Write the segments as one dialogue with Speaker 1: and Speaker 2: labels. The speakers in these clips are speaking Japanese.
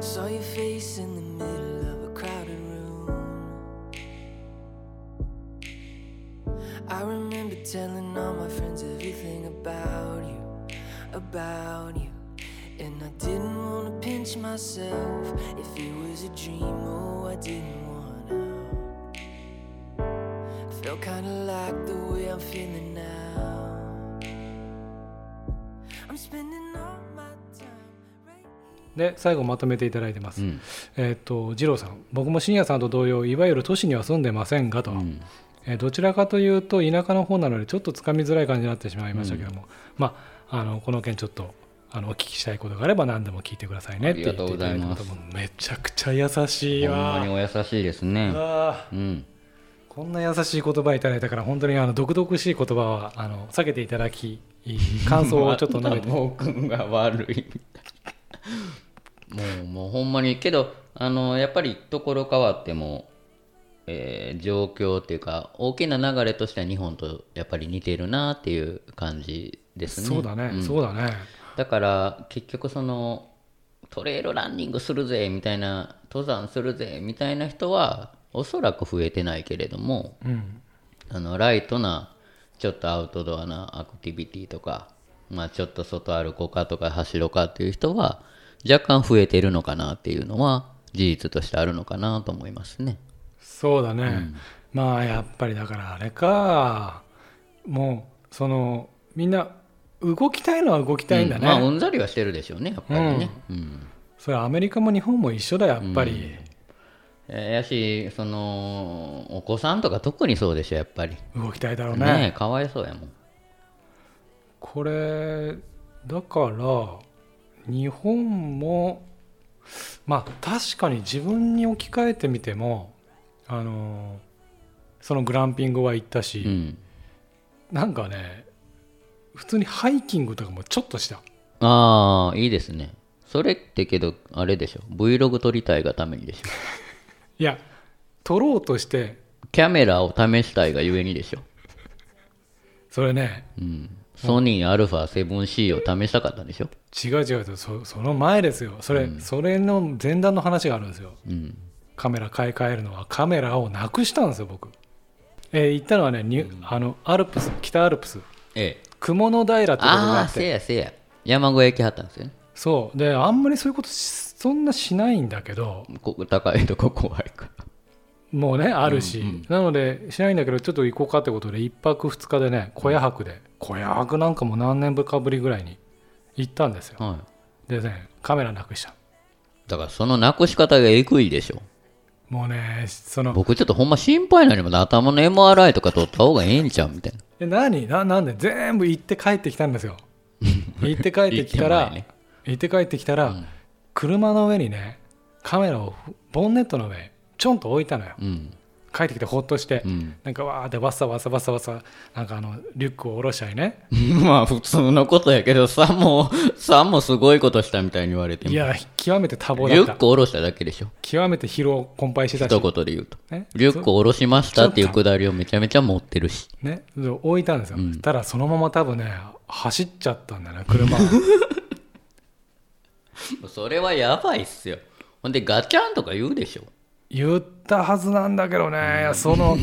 Speaker 1: Saw your face in the middle of a crowded room. I remember telling all my friends everything about you, about you. And I didn't want to pinch myself if it was a dream. Oh, I didn't want out. Felt kinda like the way I'm feeling now. I'm spending all my time right here.
Speaker 2: で最後まとめていただいてます、
Speaker 3: うん
Speaker 2: えーっと二郎さん僕も深夜さんと同様いわゆる都市には住んでませんがと、
Speaker 3: うん
Speaker 2: えーどちらかというと田舎の方なのでちょっとつかみづらい感じになってしまいましたけども、まああのこの件ちょっとあのお聞きしたいことがあれば何でも聞いてくださいねって言っていただいたこともめちゃくちゃ優しい
Speaker 3: ほんまに
Speaker 2: わ
Speaker 3: お優しいですね
Speaker 2: あー
Speaker 3: うん
Speaker 2: こんな優しい言葉いただいたから本当にあの毒々しい言葉はあの避けていただき感想をちょっと述 べて
Speaker 3: もう君が悪いもうもうほんまにけどあのやっぱりところ変わっても、えー状況っていうか大きな流れとしては日本とやっぱり似てるなっていう感じですね
Speaker 2: そうだね、
Speaker 3: ん
Speaker 2: そうだね
Speaker 3: だから結局そのトレイルランニングするぜみたいな登山するぜみたいな人はおそらく増えてないけれども
Speaker 2: うん
Speaker 3: あのライトなちょっとアウトドアなアクティビティとか、まあ、ちょっと外歩こうかとか走ろうかっていう人は若干増えてるのかなっていうのは事実としてあるのかなと思いますね。
Speaker 2: そうだね、まあやっぱりだからあれかもうそのみんな動きたいのは動きたいんだ
Speaker 3: うん
Speaker 2: ね、
Speaker 3: まあうんざりはしてるでしょうねやっぱりね。うん
Speaker 2: それはアメリカも日本も一緒だやっぱり、
Speaker 3: えーやしそのお子さんとか特にそうでしょやっぱり。
Speaker 2: 動きたいだろうね
Speaker 3: ねえかわいそうやもん。
Speaker 2: これだから日本もまあ確かに自分に置き換えてみてもあのそのグランピングは行ったし、
Speaker 3: うん、
Speaker 2: なんかね普通にハイキングとかもちょっとした
Speaker 3: ああいいですねそれってけどあれでしょ Vlog 撮りたいがためにでしょ
Speaker 2: いや撮ろうとして
Speaker 3: キャメラを試したいがゆえにでしょ、
Speaker 2: それね
Speaker 3: うん、ソニー α7C を試したかったんでしょ、
Speaker 2: 違う違うとそその前ですよそれ、それの前段の話があるんですよ
Speaker 3: うん、
Speaker 2: カメラ買い替えるのはカメラをなくしたんですよ僕、えー行ったのはねニュ、あのアルプス北アルプス
Speaker 3: ええ
Speaker 2: 雲の平ってとこがあ
Speaker 3: ああ
Speaker 2: っ
Speaker 3: せ
Speaker 2: て
Speaker 3: やせや山小屋行きはったんですよね
Speaker 2: そうであんまりそういうことしそんなしないんだけど
Speaker 3: ここ高いとこ怖いから
Speaker 2: もうねあるし、なのでしないんだけどちょっと行こうかってことで1泊2日でね小屋泊で小屋泊なんかも何年ぶりかぶりぐらいに行ったんですよ
Speaker 3: はい
Speaker 2: でねカメラなくした
Speaker 3: だからそのなくし方がえぐいでしょ
Speaker 2: もうねその
Speaker 3: 僕ちょっとほんま心配なりもん頭の MRI とか撮った方がええんちゃうみたいな
Speaker 2: え何ななんで全部行って帰ってきたん ですよ行って帰ってきた
Speaker 3: 行って
Speaker 2: ら
Speaker 3: もないね
Speaker 2: 行って帰ってきたら、車の上にねカメラをふボンネットの上ちょんと置いたのよ
Speaker 3: うん
Speaker 2: 帰ってきてほっとして、
Speaker 3: うん
Speaker 2: なんかわーってわさわさわさわさなんかあのリュックを下ろしたりね
Speaker 3: まあ普通のことやけどさもさもすごいことしたみたいに言われても
Speaker 2: いや極めて多忙
Speaker 3: リュ
Speaker 2: だっ
Speaker 3: ック
Speaker 2: た
Speaker 3: 下ろしただけでしょ
Speaker 2: 極めて疲労困憊してた
Speaker 3: 一
Speaker 2: し、
Speaker 3: 言で言うと
Speaker 2: ね、
Speaker 3: リュック下ろしましたっていうくだりをめちゃめちゃ持ってるし
Speaker 2: ね、で置いたんですよ、
Speaker 3: うん
Speaker 2: そしただそのまま多分ね走っちゃったんだよね 車
Speaker 3: それはやばいっすよほんでガチャンとか言うでしょ、
Speaker 2: 言ったはずなんだけどね、いやそ の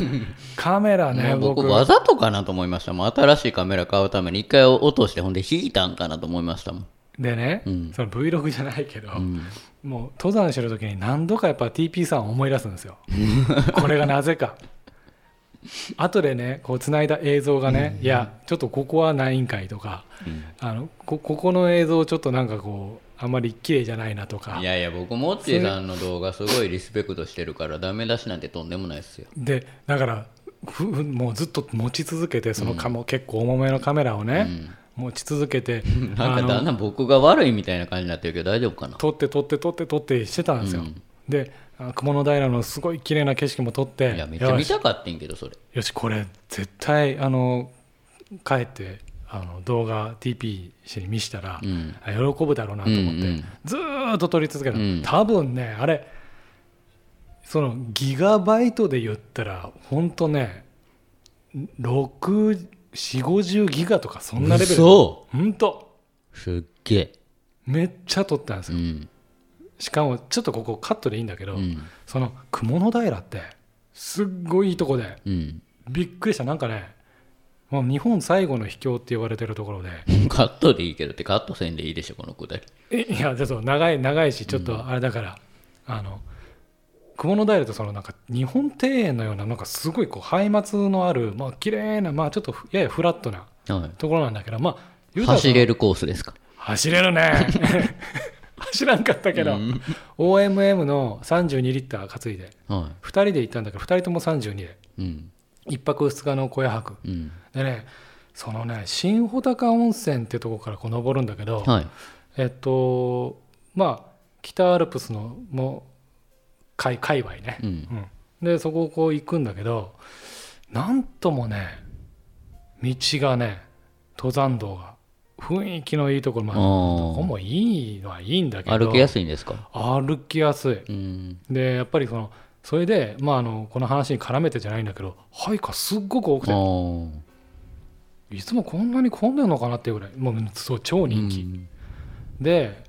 Speaker 2: カメラね
Speaker 3: もう
Speaker 2: 僕
Speaker 3: 僕わざとかなと思いましたもん新しいカメラ買うために一回落としてほんで引いたんかなと思いましたもん
Speaker 2: でね、
Speaker 3: うん
Speaker 2: その Vlog じゃないけど、
Speaker 3: ん
Speaker 2: もう登山してる時に何度かやっぱ TP さんを思い出すんです よこれがなぜか後でねこう繋いだ映像がね、いやちょっとここはないんかいとか、あのこここの映像ちょっとなんかこうあんまり綺麗じゃないなとか
Speaker 3: いやいや僕モッチーさんの動画すごいリスペクトしてるからダメ出しなんてとんでもないっすよ
Speaker 2: でだからふもうずっと持ち続けてそのカモ、結構重めのカメラをね、持ち続けて
Speaker 3: なん
Speaker 2: あ
Speaker 3: か
Speaker 2: の
Speaker 3: だんだん僕が悪いみたいな感じになってるけど大丈夫かな
Speaker 2: 撮って撮って撮って撮ってしてたんですよ、であ雲の平のすごい綺麗な景色も撮って
Speaker 3: いやめっちゃ
Speaker 2: よ
Speaker 3: 見
Speaker 2: した
Speaker 3: かってんけどそれ
Speaker 2: よしこれ絶対あの帰ってあの動画 TP 氏に見したら、
Speaker 3: うん
Speaker 2: あ喜ぶだろうなと思って、
Speaker 3: うんうん
Speaker 2: ずーっと撮り続けた、
Speaker 3: うん
Speaker 2: 多分ねあれそのギガバイトで言ったら本当ね6450ギガとかそんなレベル
Speaker 3: 嘘
Speaker 2: 本当
Speaker 3: すっげえ
Speaker 2: めっちゃ撮ったんです
Speaker 3: う
Speaker 2: よ、
Speaker 3: ん
Speaker 2: しかもちょっとここカットでいいんだけど、
Speaker 3: うん
Speaker 2: その雲の平ってすっごいいいとこで
Speaker 3: うん
Speaker 2: びっくりしたなんかねもう日本最後の秘境って言われてるところで
Speaker 3: カットでいいけどってカットせんでいいでしょこのくだり
Speaker 2: えいやちょっと長い長いしちょっとあれだから、あの雲の平とそのなんか日本庭園のようななんかすごいこうハイマツのあるまあ綺麗なまあちょっとややフラットな
Speaker 3: は
Speaker 2: ところなんだけどまあ
Speaker 3: い
Speaker 2: 言うたらその
Speaker 3: 走れるコースですか
Speaker 2: 走れる ね走らんかったけど、OMM の32リッター担いで
Speaker 3: は
Speaker 2: 2人で行ったんだけど2人とも32で
Speaker 3: いうん
Speaker 2: 1泊2日の小屋泊
Speaker 3: うん
Speaker 2: でねそのね新穂高温泉ってとこからこう登るんだけど、
Speaker 3: はい
Speaker 2: えっとまあ北アルプスのもう界界隈ね、
Speaker 3: うん
Speaker 2: うんでそこをこう行くんだけどなんともね道がね登山道が雰囲気のいいところま
Speaker 3: あ
Speaker 2: でここ
Speaker 3: ー
Speaker 2: もいいのはいいんだけど
Speaker 3: 歩きやすいんですか
Speaker 2: 歩きやすい
Speaker 3: うん
Speaker 2: でやっぱりそのそれで、まあ、あのこの話に絡めてじゃないんだけど配下すっごく多
Speaker 3: あ
Speaker 2: くて
Speaker 3: ー
Speaker 2: いつもこんなに混んでるのかなっていうぐらいもうそう超人気、
Speaker 3: うん
Speaker 2: で、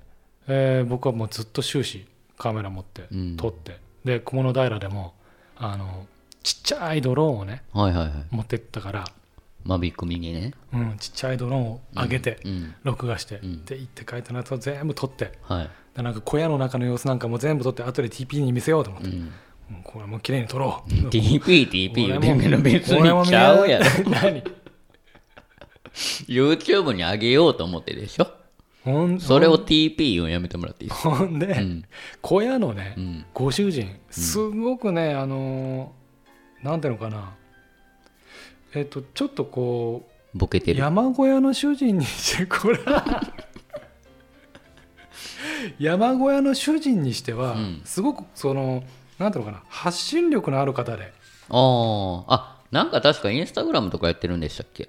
Speaker 2: えー僕はもうずっと終始カメラ持って
Speaker 3: うん
Speaker 2: 撮って、で雲の平でもあのちっちゃいドローンをね
Speaker 3: はいはいはい
Speaker 2: 持ってったから、
Speaker 3: 間引く右ね
Speaker 2: うん、ちっちゃいドローンを上げて、
Speaker 3: うん
Speaker 2: 録画して、
Speaker 3: うん
Speaker 2: で行って書いたのやつを全部撮って
Speaker 3: はい
Speaker 2: でなんか小屋の中の様子なんかも全部撮って後で TP に見せようと思っ
Speaker 3: う
Speaker 2: て、
Speaker 3: ん
Speaker 2: うんこれもう綺麗に撮ろう
Speaker 3: TPTP 言うてんけど別
Speaker 2: 俺も
Speaker 3: に
Speaker 2: 見
Speaker 3: ちゃうやろ
Speaker 2: 何
Speaker 3: YouTube に上げようと思ってでしょ
Speaker 2: ほん
Speaker 3: それを TP 言うのやめてもらっていいですか
Speaker 2: ほんで、
Speaker 3: うん
Speaker 2: 小屋のね、
Speaker 3: うん
Speaker 2: ご主人すごくね、あのーなんていうのかなえっとちょっとこ
Speaker 3: ボケて
Speaker 2: う
Speaker 3: る
Speaker 2: 山小屋の主人にしてこれ 山小屋の主人にしては、
Speaker 3: うん
Speaker 2: すごくそのなんていうのかな発信力のある方で
Speaker 3: あああなんか確かインスタグラムとかやってるんでしたっけ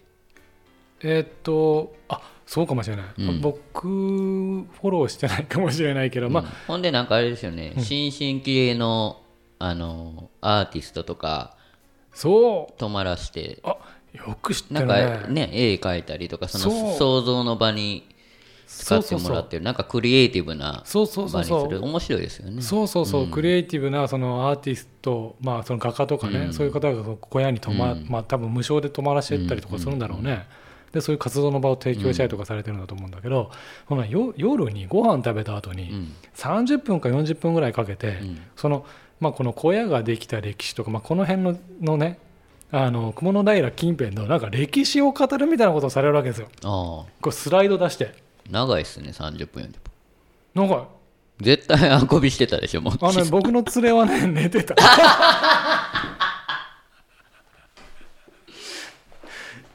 Speaker 2: えっとあそうかもしれない、
Speaker 3: うん
Speaker 2: 僕フォローしてないかもしれないけど、ま
Speaker 3: うん
Speaker 2: あ
Speaker 3: ほんでなんかあれですよね、新進気鋭のあのアーティストとか
Speaker 2: そう
Speaker 3: 泊まらして
Speaker 2: あよく知って
Speaker 3: な
Speaker 2: る
Speaker 3: ん
Speaker 2: ね
Speaker 3: かね絵描いたりとかそ
Speaker 2: そ
Speaker 3: の
Speaker 2: う
Speaker 3: 想像の場に使
Speaker 2: そう
Speaker 3: って
Speaker 2: そう
Speaker 3: も
Speaker 2: そ
Speaker 3: ら
Speaker 2: う
Speaker 3: ってるなんかクリエイティブな
Speaker 2: そうそう
Speaker 3: 場
Speaker 2: そう
Speaker 3: にす
Speaker 2: そう
Speaker 3: る面白いですよね
Speaker 2: そうそうそう、クリエイティブなそのアーティスト、まあ、その画家とかね、
Speaker 3: うん
Speaker 2: そういう方がその小屋に泊ま、
Speaker 3: うん
Speaker 2: まあ多分無償で泊まらせてったりとかするんだろうね、でそういう活動の場を提供したりとかされてるんだと思うんだけど、ほなよ夜にご飯食べた後
Speaker 3: う
Speaker 2: に
Speaker 3: ん
Speaker 2: 30分か40分ぐらいかけて、
Speaker 3: うん
Speaker 2: そのまあ、この小屋ができた歴史とか、まあ、この辺ののねあの雲の平近辺のなんか歴史を語るみたいなことをされるわけですよ。
Speaker 3: ああ
Speaker 2: こうスライド出して
Speaker 3: 長いっすね30分40分
Speaker 2: なんか
Speaker 3: 絶対運びしてたでしょもう
Speaker 2: あのね、僕の連れはね、 寝てた。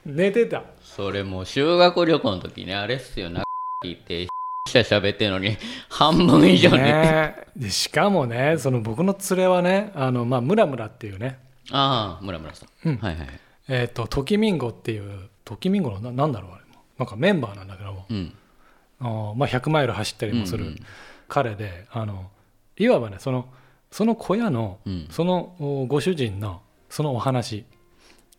Speaker 2: 寝てた。
Speaker 3: それもう修学旅行の時ねあれっすよな聞いてしゃしゃべってんのに 半分以上に、
Speaker 2: ねえ、でしかもね、その僕の連れはね、あのまあ、ムラムラっていうね、
Speaker 3: ああ村村さん、はいはい
Speaker 2: えっ、と、トキミンゴっていう、トキミンゴのななんだろう、あれも、なんかメンバーなんだけども、
Speaker 3: うん
Speaker 2: あのまあ、100マイル走ったりもす
Speaker 3: うんう
Speaker 2: る
Speaker 3: ん
Speaker 2: 彼で、あのいわばね、そのその小屋の
Speaker 3: うん
Speaker 2: そのおご主人のそのお話、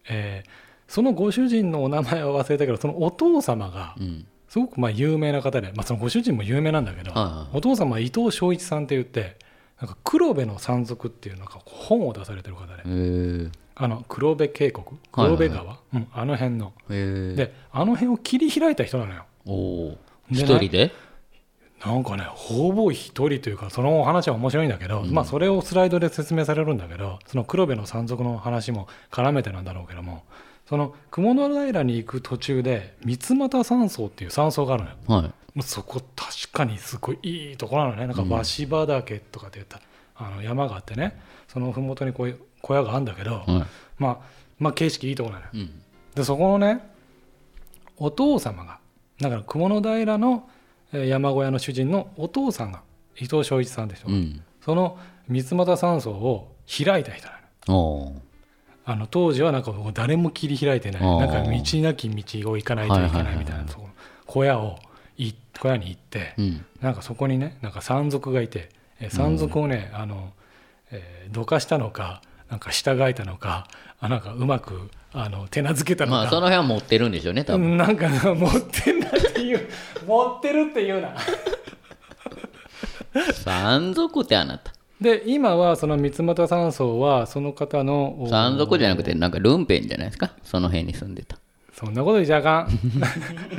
Speaker 2: えーそのご主人のお名前は忘れたけどそのお父様が
Speaker 3: うん
Speaker 2: すごくまあ有名な方で、まあ、そのご主人も有名なんだけど、
Speaker 3: はいはい
Speaker 2: お父様は伊藤昭一さんって言ってなんか黒部の山賊っていうなんか本を出されてる方で、
Speaker 3: へえ
Speaker 2: あの黒部渓谷黒部川、うん、あの辺の
Speaker 3: へえ
Speaker 2: であの辺を切り開いた人なのよ
Speaker 3: おお
Speaker 2: で
Speaker 3: 一人で
Speaker 2: なんかねほぼ一人というかそのお話は面白いんだけど、
Speaker 3: うん
Speaker 2: まあそれをスライドで説明されるんだけどその黒部の山賊の話も絡めてなんだろうけどもその雲の平に行く途中で三俣山荘っていう山荘があるのよ
Speaker 3: はい
Speaker 2: もうそこ確かにすごいいいところなのねなんか鷲羽岳とかって言った、あの山があってねその麓にこういう小屋があるんだけど、
Speaker 3: は
Speaker 2: まあまあ景色いいところなのよ
Speaker 3: いうん
Speaker 2: でそこのねお父様がだから雲の平のえー山小屋の主人のお父さんが伊藤昭一さんでしょ、
Speaker 3: うん
Speaker 2: その三俣山荘を開いた人なの
Speaker 3: おお
Speaker 2: あの当時はなんかもう誰も切り開いてない
Speaker 3: あー
Speaker 2: なんか道なき道を行かないといけ
Speaker 3: はいはい
Speaker 2: な
Speaker 3: はいい
Speaker 2: みたいなとこ小屋をい小屋に行って
Speaker 3: うん
Speaker 2: なんかそこにねなんか山賊がいてえー山賊をね、あのえーどかしたのかなんか従えたのかあなんかうまくあの手なずけたのか、
Speaker 3: まあその辺は持ってるんでしょうね多分
Speaker 2: なん か持ってんなっていう持ってるって言うな
Speaker 3: 山賊ってあなた。
Speaker 2: で今はその三俣山荘はその方のお
Speaker 3: 山賊じゃなくて、なんかルンペンじゃないですか。その辺に住んでた。
Speaker 2: そんなこと言っちゃあかん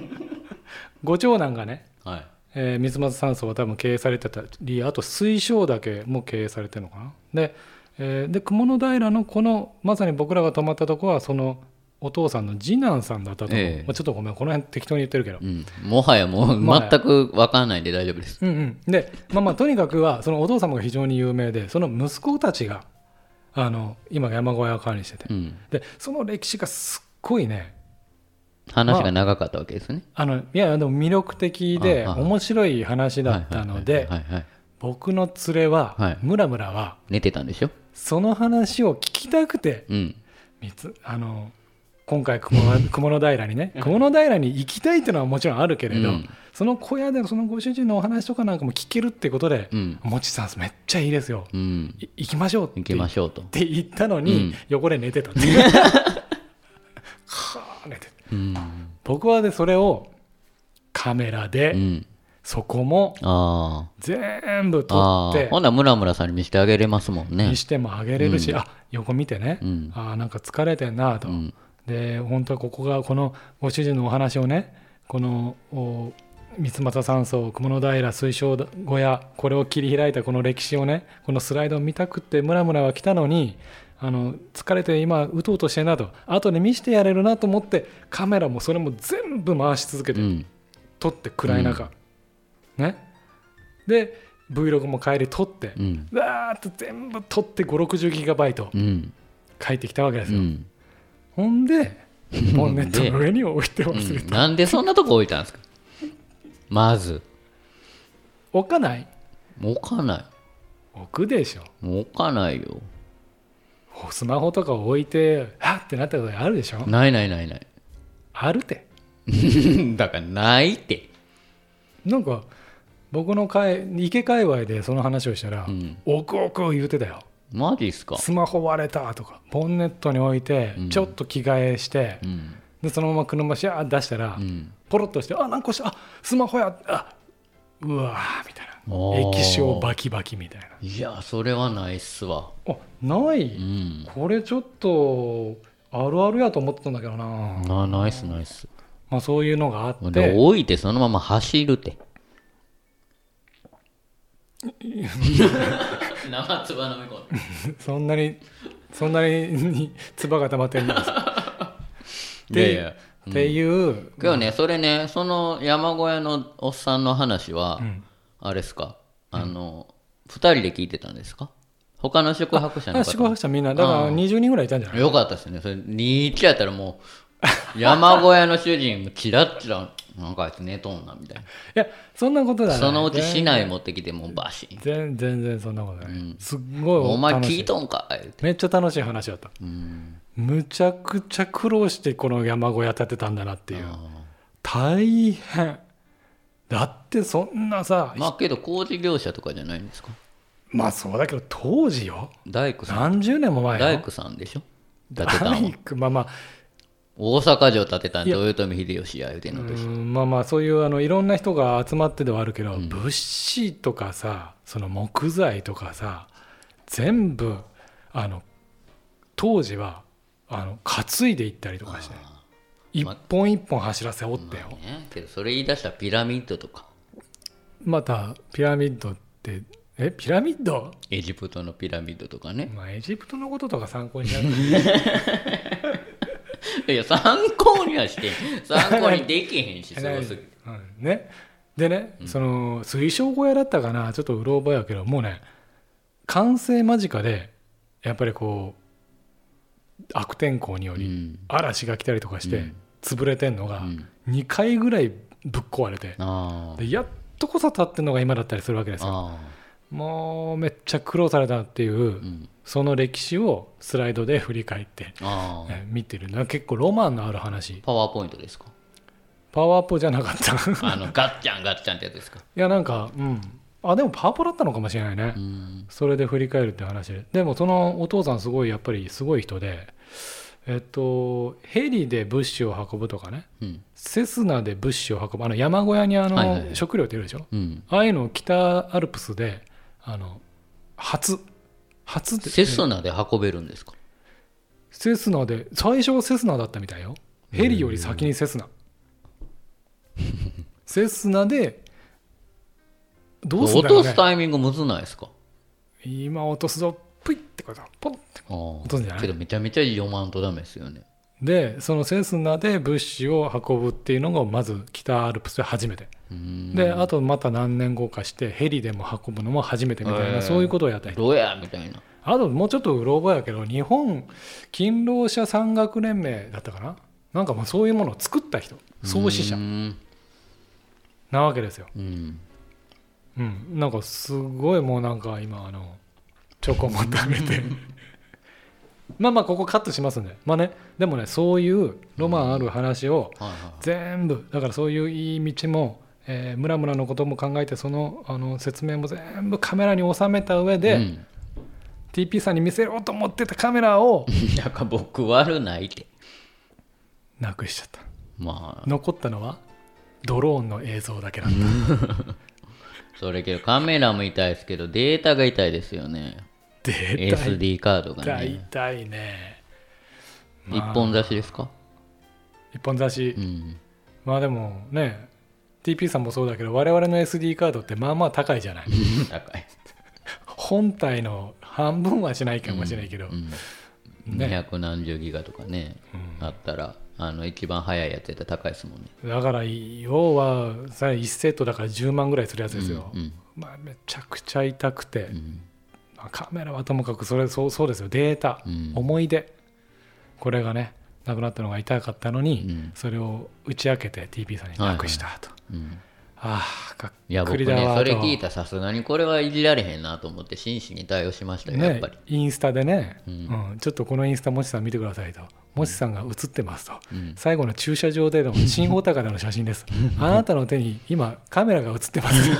Speaker 2: ご長男がね、
Speaker 3: はい。
Speaker 2: えー、三俣山荘は多分経営されてたりあと水晶岳も経営されてるのかなで,、えーで雲の平のこのまさに僕らが泊まったとこはそのお父さんの次男さんだったと思う、
Speaker 3: ええ
Speaker 2: まあちょっとごめんこの辺適当に言ってるけど
Speaker 3: うん。もはやも
Speaker 2: もは
Speaker 3: う
Speaker 2: や
Speaker 3: 全くわかんないんで大丈夫です。
Speaker 2: うんうん、でまあまあとにかくはそのお父様が非常に有名でその息子たちがあの今山小屋を管理してて、
Speaker 3: うん。
Speaker 2: でその歴史がすっごいね
Speaker 3: 話が長かったわけですね。
Speaker 2: あのいやでも魅力的で
Speaker 3: あはい
Speaker 2: 面白い話だったので
Speaker 3: はいはいはいはい
Speaker 2: 僕の連れは、
Speaker 3: はい
Speaker 2: ムラムラは
Speaker 3: 寝てたんでしょ
Speaker 2: その話を聞きたくて
Speaker 3: うん。
Speaker 2: みつあの今回 雲の雲の平にね雲の平に行きたいっていうのはもちろんあるけれど、
Speaker 3: うん
Speaker 2: その小屋でのそのご主人のお話とかなんかも聞けるってことで
Speaker 3: う、ん。
Speaker 2: もちさんめっちゃいいですよ
Speaker 3: うん。
Speaker 2: い行きましょうって
Speaker 3: 行きましょうと
Speaker 2: っ。て言ったの
Speaker 3: う
Speaker 2: に
Speaker 3: ん、
Speaker 2: 横で寝 てた ってはあ寝てた
Speaker 3: うん。
Speaker 2: 僕はでそれをカメラで、
Speaker 3: うん。
Speaker 2: そこも
Speaker 3: あ
Speaker 2: 全部
Speaker 3: あ。
Speaker 2: 撮っ
Speaker 3: ああ。
Speaker 2: て
Speaker 3: ほんならムラムラさんに見せてあげれますもんね
Speaker 2: に。してもあげれるし、
Speaker 3: うん
Speaker 2: あ横見てね、
Speaker 3: うん
Speaker 2: あーなんか疲れてんなと、
Speaker 3: うん。
Speaker 2: で本当はここがこのご主人のお話をねこのお三俣山荘雲の平水晶小屋これを切り開いたこの歴史をねこのスライドを見たくってムラムラは来たのにあの疲れて今うとうとしてんなと後で見せてやれるなと思ってカメラもそれも全部回し続け
Speaker 3: う
Speaker 2: て
Speaker 3: ん。
Speaker 2: 撮って暗い中、ねで Vlog も帰り撮って
Speaker 3: う、ん。
Speaker 2: わーっと全部撮って560ギガバイト
Speaker 3: うん。
Speaker 2: 帰ってきたわけです
Speaker 3: う
Speaker 2: よ、
Speaker 3: ん。
Speaker 2: ほん でボンネットの上に置いて
Speaker 3: う
Speaker 2: 忘れ
Speaker 3: ん
Speaker 2: た、
Speaker 3: なんでそんなとこ置いたんですかまず。
Speaker 2: 置かない
Speaker 3: 置かな
Speaker 2: 置くでしょ
Speaker 3: い。置かないよ。
Speaker 2: スマホとか置いてはっってなったことあるでしょ
Speaker 3: ないないない ない。
Speaker 2: あるて
Speaker 3: だからないって。
Speaker 2: なんか僕の会池界隈でその話をしたら
Speaker 3: うん
Speaker 2: 「置く置く」言うてたよ
Speaker 3: マジっす
Speaker 2: 「
Speaker 3: か
Speaker 2: スマホ割れた」とかボンネットに置いて
Speaker 3: うん
Speaker 2: ちょっと着替えして
Speaker 3: うん。
Speaker 2: でそのまま車シャーッ出したら
Speaker 3: うん。
Speaker 2: ポロッとして「あなんかしたあスマホやあうわー」みたい
Speaker 3: お
Speaker 2: な
Speaker 3: ー
Speaker 2: 液晶バキバキみたいない
Speaker 3: や、それはないっすわ。
Speaker 2: あな
Speaker 3: う
Speaker 2: い
Speaker 3: ん。
Speaker 2: これちょっとあるあるやと思ってたんだけどな、
Speaker 3: あナイスナイス。
Speaker 2: まあ、そういうのがあっ
Speaker 3: で、
Speaker 2: て
Speaker 3: 置いてそのまま走 るって。生つば飲み込んで。
Speaker 2: そんなにそんなに 唾が溜まってるんです
Speaker 3: いやいや。
Speaker 2: っていう、
Speaker 3: けどね、それね、その山小屋のおっさんの話は、
Speaker 2: ん
Speaker 3: あれっすか、あの、二人で聞いてたんですか他の宿泊者の
Speaker 2: あ宿泊
Speaker 3: 方。
Speaker 2: 者みんなだから20人ぐらいいたんじゃない
Speaker 3: よかったですね。それ、21やったらもう、山小屋の主人、チラッチラ、なんかあいつ寝とんな、みたい
Speaker 2: いやそんなことだ
Speaker 3: な。
Speaker 2: ね
Speaker 3: そのうち市内持ってきて、もうバシン。
Speaker 2: 全全然そんなことない、
Speaker 3: うん
Speaker 2: すっごい
Speaker 3: お前
Speaker 2: 楽し
Speaker 3: 聞いとんかい
Speaker 2: めっちゃ楽しい話だった
Speaker 3: うん。
Speaker 2: むちゃくちゃ苦労してこの山小屋建てたんだなっていう
Speaker 3: あ
Speaker 2: 大変だってそんなさ
Speaker 3: ーまあけど工事業者とかじゃないんですか
Speaker 2: まあそうだけど当時よ
Speaker 3: 大工さん。
Speaker 2: 何十年も前よ
Speaker 3: 大工さんでしょ建てたんは
Speaker 2: 大工まあまあ
Speaker 3: 大阪城建てたん
Speaker 2: いや
Speaker 3: 豊臣秀吉や言うてんのと一緒
Speaker 2: うんまあまあそういうあのいろんな人が集まってではあるけど、物資とかさその木材とかさ全部あの当時はあの担いで行ったりとかして一本一本走らせおってよ、
Speaker 3: まあねけどそれ言い出したらピラミッドとか
Speaker 2: またピラミッドってえピラミッド
Speaker 3: エジプトのピラミッドとかね
Speaker 2: まあエジプトのこととか参考にしなくて
Speaker 3: いや参考にはして参考にでき へんしすごすぎて
Speaker 2: うんね、でね、その水晶小屋だったかなちょっとうろ覚えやけどもうね完成間近でやっぱりこう悪天候によ
Speaker 3: う
Speaker 2: り
Speaker 3: ん
Speaker 2: 嵐が来たりとかして、
Speaker 3: うん
Speaker 2: 潰れてんのが
Speaker 3: うん
Speaker 2: 2回ぐらいぶっ壊れて、
Speaker 3: あー
Speaker 2: でやっとこそ立ってんのが今だったりするわけですよ
Speaker 3: あ
Speaker 2: もうめっちゃ苦労されたっていう、
Speaker 3: ーうん
Speaker 2: その歴史をスライドで振り返って、
Speaker 3: あー
Speaker 2: え見てるな結構ロマンのある話
Speaker 3: パワーポイントですか
Speaker 2: パワーポじゃなかった
Speaker 3: あのガッチャンガッチャンってやつですか
Speaker 2: いやなんかうんあでもパワポだったのかもしれないね、
Speaker 3: うん
Speaker 2: それで振り返るって話ででもそのお父さんすごいやっぱりすごい人でえっと、ヘリで物資を運ぶとかね
Speaker 3: うん
Speaker 2: セスナで物資を運ぶあの山小屋にあの、
Speaker 3: はいはいはい
Speaker 2: 食料っているでしょ
Speaker 3: うん
Speaker 2: ああいうのを北アルプスであの初初って
Speaker 3: セスナで運べるんですか
Speaker 2: セスナで最初はセスナだったみたいよヘリより先にセスナセスナでどうすん
Speaker 3: 落
Speaker 2: だろう
Speaker 3: と
Speaker 2: ね
Speaker 3: すタイミングむずないですか
Speaker 2: 今落とすぞプイってことポンって
Speaker 3: あー
Speaker 2: 落とすんじゃない
Speaker 3: けどめちゃめちゃ読まんとダメですよね
Speaker 2: でそのセスナで物資を運ぶっていうのがまず北アルプスで初めて
Speaker 3: うーん
Speaker 2: であとまた何年後かしてヘリでも運ぶのも初めてみたいな、
Speaker 3: へー
Speaker 2: そういうことをやった人
Speaker 3: どうやみたいな
Speaker 2: あともうちょっとうろ覚えやけど日本勤労者山岳連盟だったかななんかもうそういうものを作った人創始者
Speaker 3: うーん
Speaker 2: なわけですよ、
Speaker 3: うん
Speaker 2: うん、なんかすごいもうなんか今あのチョコも食べ てまあまあここカットしますんでまあねでもねそういうロマンある話を、
Speaker 3: はいは
Speaker 2: 全部だからそういういい道も、えー、村々のことも考えてそのあの説明も全部カメラに収めた上
Speaker 3: い
Speaker 2: で、
Speaker 3: うん
Speaker 2: TP さんに見せようと思ってたカメラを
Speaker 3: なんか僕悪ないって
Speaker 2: なくしちゃった
Speaker 3: まあ
Speaker 2: 残ったのはドローンの映像だけだった
Speaker 3: それけどカメラも痛いですけどデータが痛いですよね
Speaker 2: で大
Speaker 3: SD カードが
Speaker 2: 大
Speaker 3: ね
Speaker 2: 体ねまあ
Speaker 3: 一本差しですか
Speaker 2: 一本差し、
Speaker 3: うん
Speaker 2: まあでもね TP さんもそうだけど我々の SD カードってまあまあ高いじゃない
Speaker 3: 高い
Speaker 2: 本体の半分はしないかもしれないけど、
Speaker 3: うん
Speaker 2: ね
Speaker 3: 200何十ギガとかね、あったらあの一番早いやつやったら高いですもんね
Speaker 2: だから要はさ1セットだから10万ぐらいするやつですよ、
Speaker 3: うん
Speaker 2: まあ、めちゃくちゃ痛くて、
Speaker 3: うん
Speaker 2: まあカメラはともかくそれそうそうですよデータ、
Speaker 3: うん
Speaker 2: 思い出これがねなくなったのが痛かったのに、
Speaker 3: うん
Speaker 2: それを打ち明けて TP さんになくしたと、
Speaker 3: うん
Speaker 2: ああか
Speaker 3: いや
Speaker 2: っく
Speaker 3: 僕
Speaker 2: り
Speaker 3: ね
Speaker 2: だわ
Speaker 3: そ
Speaker 2: と
Speaker 3: れ聞いたらさすがにこれはいじられへんなと思って真摯に対応しましたよ、やっ
Speaker 2: ね
Speaker 3: ぱり、
Speaker 2: インスタでね、う
Speaker 3: うんん
Speaker 2: ちょっとこのインスタもちさん見てくださいともちさんが写ってますと、
Speaker 3: うん
Speaker 2: 最後の駐車場 での新大高での写真ですあなたの手に今カメラが写ってます
Speaker 3: い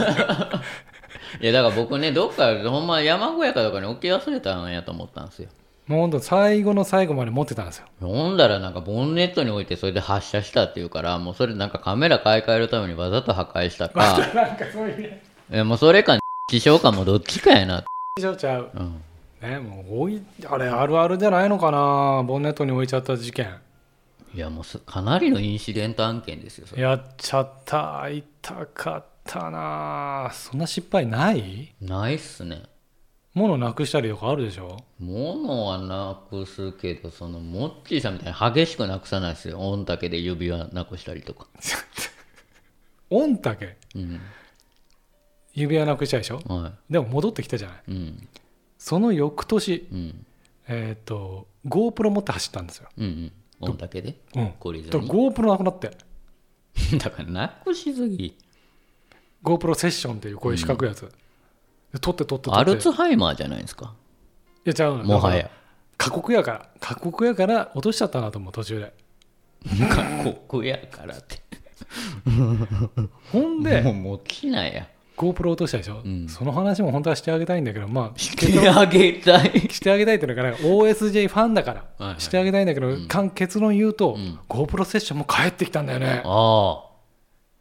Speaker 3: やだから僕ねどっかほんま山小屋かどっかに置き忘れたんやと思ったんですよ
Speaker 2: もうほんと最後の最後まで持ってたんですよ
Speaker 3: ほんだらなんかボンネットに置いてそれで発射したっていうからもうそれなんかカメラ買い替えるためにわざと破壊したか いやもうそれか気象かもどっちかやな、
Speaker 2: 以上ちゃう
Speaker 3: うん、
Speaker 2: ねもう多いあれあるあるじゃないのかなボンネットに置いちゃった事件
Speaker 3: いやもうすかなりのインシデント案件ですよそれ
Speaker 2: やっちゃった痛かったなそんな失敗ない
Speaker 3: ないっすね
Speaker 2: 物なくしたりとかあるでしょ
Speaker 3: 物はなくすけどそのモッチーさんみたいに激しくなくさないですよ御嶽で指輪なくしたりとか
Speaker 2: 御嶽
Speaker 3: うん
Speaker 2: 指輪なくしたでしょ
Speaker 3: は
Speaker 2: でも戻ってきたじゃない
Speaker 3: いうん
Speaker 2: その翌年
Speaker 3: うん
Speaker 2: えっ、と GoPro 持って走ったんですよ
Speaker 3: うんうん御嶽で
Speaker 2: うん
Speaker 3: 懲りず
Speaker 2: だから
Speaker 3: に
Speaker 2: GoPro なくなって
Speaker 3: だからなくしすぎ
Speaker 2: GoPro セッションっていうこういう四角いやつ、で撮って撮って撮って
Speaker 3: アルツ
Speaker 2: い
Speaker 3: ハイマーじゃないですか
Speaker 2: やちゃうの
Speaker 3: もはや
Speaker 2: 過酷やから過酷やから落としちゃったなと思う途中で
Speaker 3: 過酷やからって
Speaker 2: ほんで
Speaker 3: もうもう来ないや
Speaker 2: GoPro 落としたでしょ、
Speaker 3: うん
Speaker 2: その話も本当はしてあげたいんだけどまあ
Speaker 3: してあげたい
Speaker 2: してあげたいっていうのがね OSJ ファンだから、
Speaker 3: いはい
Speaker 2: してあげたいんだけど、かん結論言うと、
Speaker 3: うん
Speaker 2: GoPro セッションも帰ってきたんだよね
Speaker 3: ああ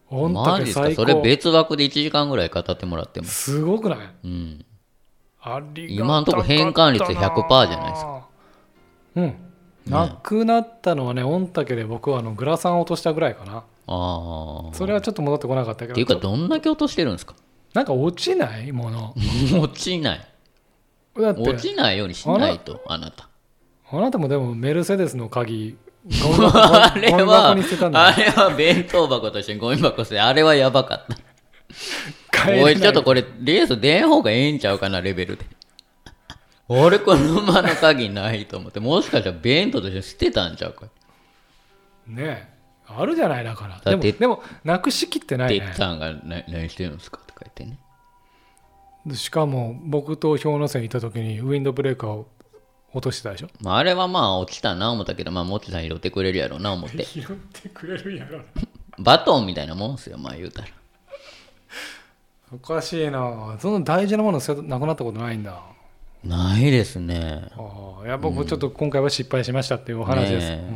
Speaker 2: 御
Speaker 3: マ
Speaker 2: 嶽
Speaker 3: ジですか
Speaker 2: 最
Speaker 3: それ
Speaker 2: 高
Speaker 3: 別枠で1時間ぐらい語ってもらっても
Speaker 2: すごくない
Speaker 3: うん
Speaker 2: ありがたかったな
Speaker 3: 今んとこ変換率100%じゃないです
Speaker 2: かうんなくなったのはね御嶽で僕はあのグラサン落としたぐらいかな
Speaker 3: ああ
Speaker 2: それはちょっと戻ってこなかったけ
Speaker 3: っていうか
Speaker 2: ど
Speaker 3: どんだけ落としてるんですか
Speaker 2: なんか落ちないも の
Speaker 3: 落ちない
Speaker 2: だっ
Speaker 3: 落
Speaker 2: て
Speaker 3: ちないようにしないとあなた
Speaker 2: あなたもでもメルセデスの鍵ゴミ箱
Speaker 3: あれ
Speaker 2: ゴミ
Speaker 3: は
Speaker 2: 箱
Speaker 3: あ
Speaker 2: に捨てたんだよ
Speaker 3: れは弁当箱としてゴミ箱してあれはやばかった
Speaker 2: 帰れない
Speaker 3: おいちょっとこれレース出ん方がええんちゃうかなレベルで俺この馬の鍵ないと思ってもしかしたら弁当として捨てたんちゃうか
Speaker 2: ねえあるじゃないだから
Speaker 3: だ
Speaker 2: で
Speaker 3: っ
Speaker 2: も
Speaker 3: て
Speaker 2: でもなくしきってない
Speaker 3: て
Speaker 2: ね
Speaker 3: っさんがな何してるんですかとか言ってね
Speaker 2: しかも僕と氷ノ山行った時にウィンドブレーカーを落としてたでしょ
Speaker 3: まあ、あれはまあ落ちたな思ったけど、まあ、もっちさん拾ってくれるやろうな思って。
Speaker 2: 拾ってくれるんやろ
Speaker 3: バトンみたいなもんっすよ、まあ言うたら。
Speaker 2: おかしいなその大事なもの捨てなくなったことないんだ
Speaker 3: ないですね
Speaker 2: ああやっぱこうちょっと今回は失敗しましたっていうお話です、
Speaker 3: ねえ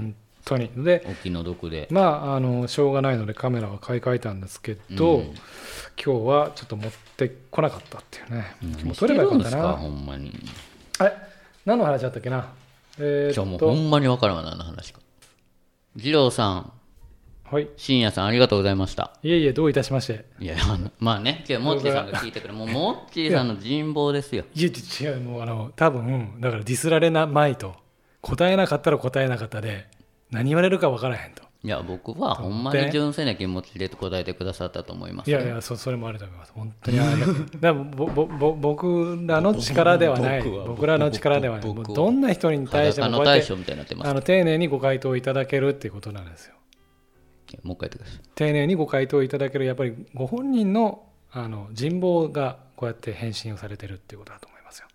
Speaker 2: 本当にで
Speaker 3: お気の毒で、
Speaker 2: まああのしょうがないのでカメラは買い替えたんですけど、
Speaker 3: うん
Speaker 2: 今日はちょっと持ってこなかったっていうね、もう
Speaker 3: そ
Speaker 2: 取
Speaker 3: れ
Speaker 2: ればよか
Speaker 3: ん
Speaker 2: った
Speaker 3: ですか
Speaker 2: な
Speaker 3: ほんまに
Speaker 2: あれ何の話だったっけなえ
Speaker 3: 今日
Speaker 2: ー、
Speaker 3: も
Speaker 2: っ
Speaker 3: う
Speaker 2: と
Speaker 3: ほんまにわからんわ何の話か二郎さん
Speaker 2: はい
Speaker 3: 深夜さんありがとうございました
Speaker 2: いえいえどういたしまして
Speaker 3: いやあのまあね今日モッチーさんが聞いてくれもうモッチーさんの人望ですよ
Speaker 2: いや違うもうあの多分だからディスられなまいと答えなかったら答えなかったで何言われるか分からへんと
Speaker 3: いや僕はほんまに純粋な気持ちで答えてくださったと思います
Speaker 2: い
Speaker 3: よ
Speaker 2: やいやそそれもあると思います本当にありがとうだからぼぼぼ僕らの力ではない
Speaker 3: 僕は
Speaker 2: 僕らの力ではない
Speaker 3: 僕
Speaker 2: もう
Speaker 3: 僕
Speaker 2: どんな人に対して
Speaker 3: 裸
Speaker 2: もこ
Speaker 3: の
Speaker 2: うや
Speaker 3: 大
Speaker 2: って
Speaker 3: 将みたいになってます
Speaker 2: あの丁寧にご回答いただけるっていうことなんですよ
Speaker 3: いやもう一回言ってください
Speaker 2: 丁寧にご回答いただけるやっぱりご本人のあの人望がこうやって返信をされてるっていうことだと思いますよ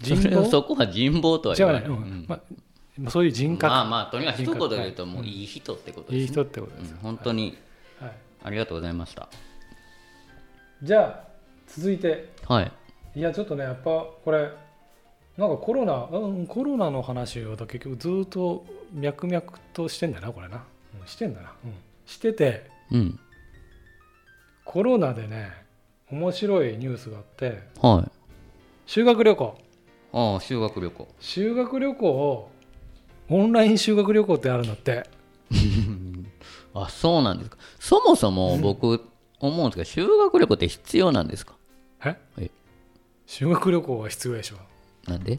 Speaker 2: 人
Speaker 3: それは
Speaker 2: 望
Speaker 3: そこは人望とは
Speaker 2: じ
Speaker 3: 言
Speaker 2: ゃ
Speaker 3: わ
Speaker 2: あ
Speaker 3: な、
Speaker 2: ないい、
Speaker 3: う
Speaker 2: うん
Speaker 3: ん
Speaker 2: まあ、そういう人格、
Speaker 3: まあまあとにかく一
Speaker 2: 人格
Speaker 3: 言で言うともういい人ってことです、ね、
Speaker 2: いい人ってことですよ
Speaker 3: うん、本当に
Speaker 2: はい、
Speaker 3: ありがとうございました
Speaker 2: じゃあ続いて
Speaker 3: はい
Speaker 2: いやちょっとねやっぱこれなんかコロナ、うん、コロナの話を結局ずっと脈々としてんだなこれな、うんしてんだな、うんしてて
Speaker 3: うん
Speaker 2: コロナでね面白いニュースがあって
Speaker 3: はい
Speaker 2: 修学旅行
Speaker 3: ああ修学旅行
Speaker 2: 修学旅行をオンライン修学旅行ってあるんだって
Speaker 3: あそうなんですかそもそも僕思うんですが修学旅行って必要なんですか
Speaker 2: え
Speaker 3: え
Speaker 2: 修学旅行は必要でしょ
Speaker 3: なんで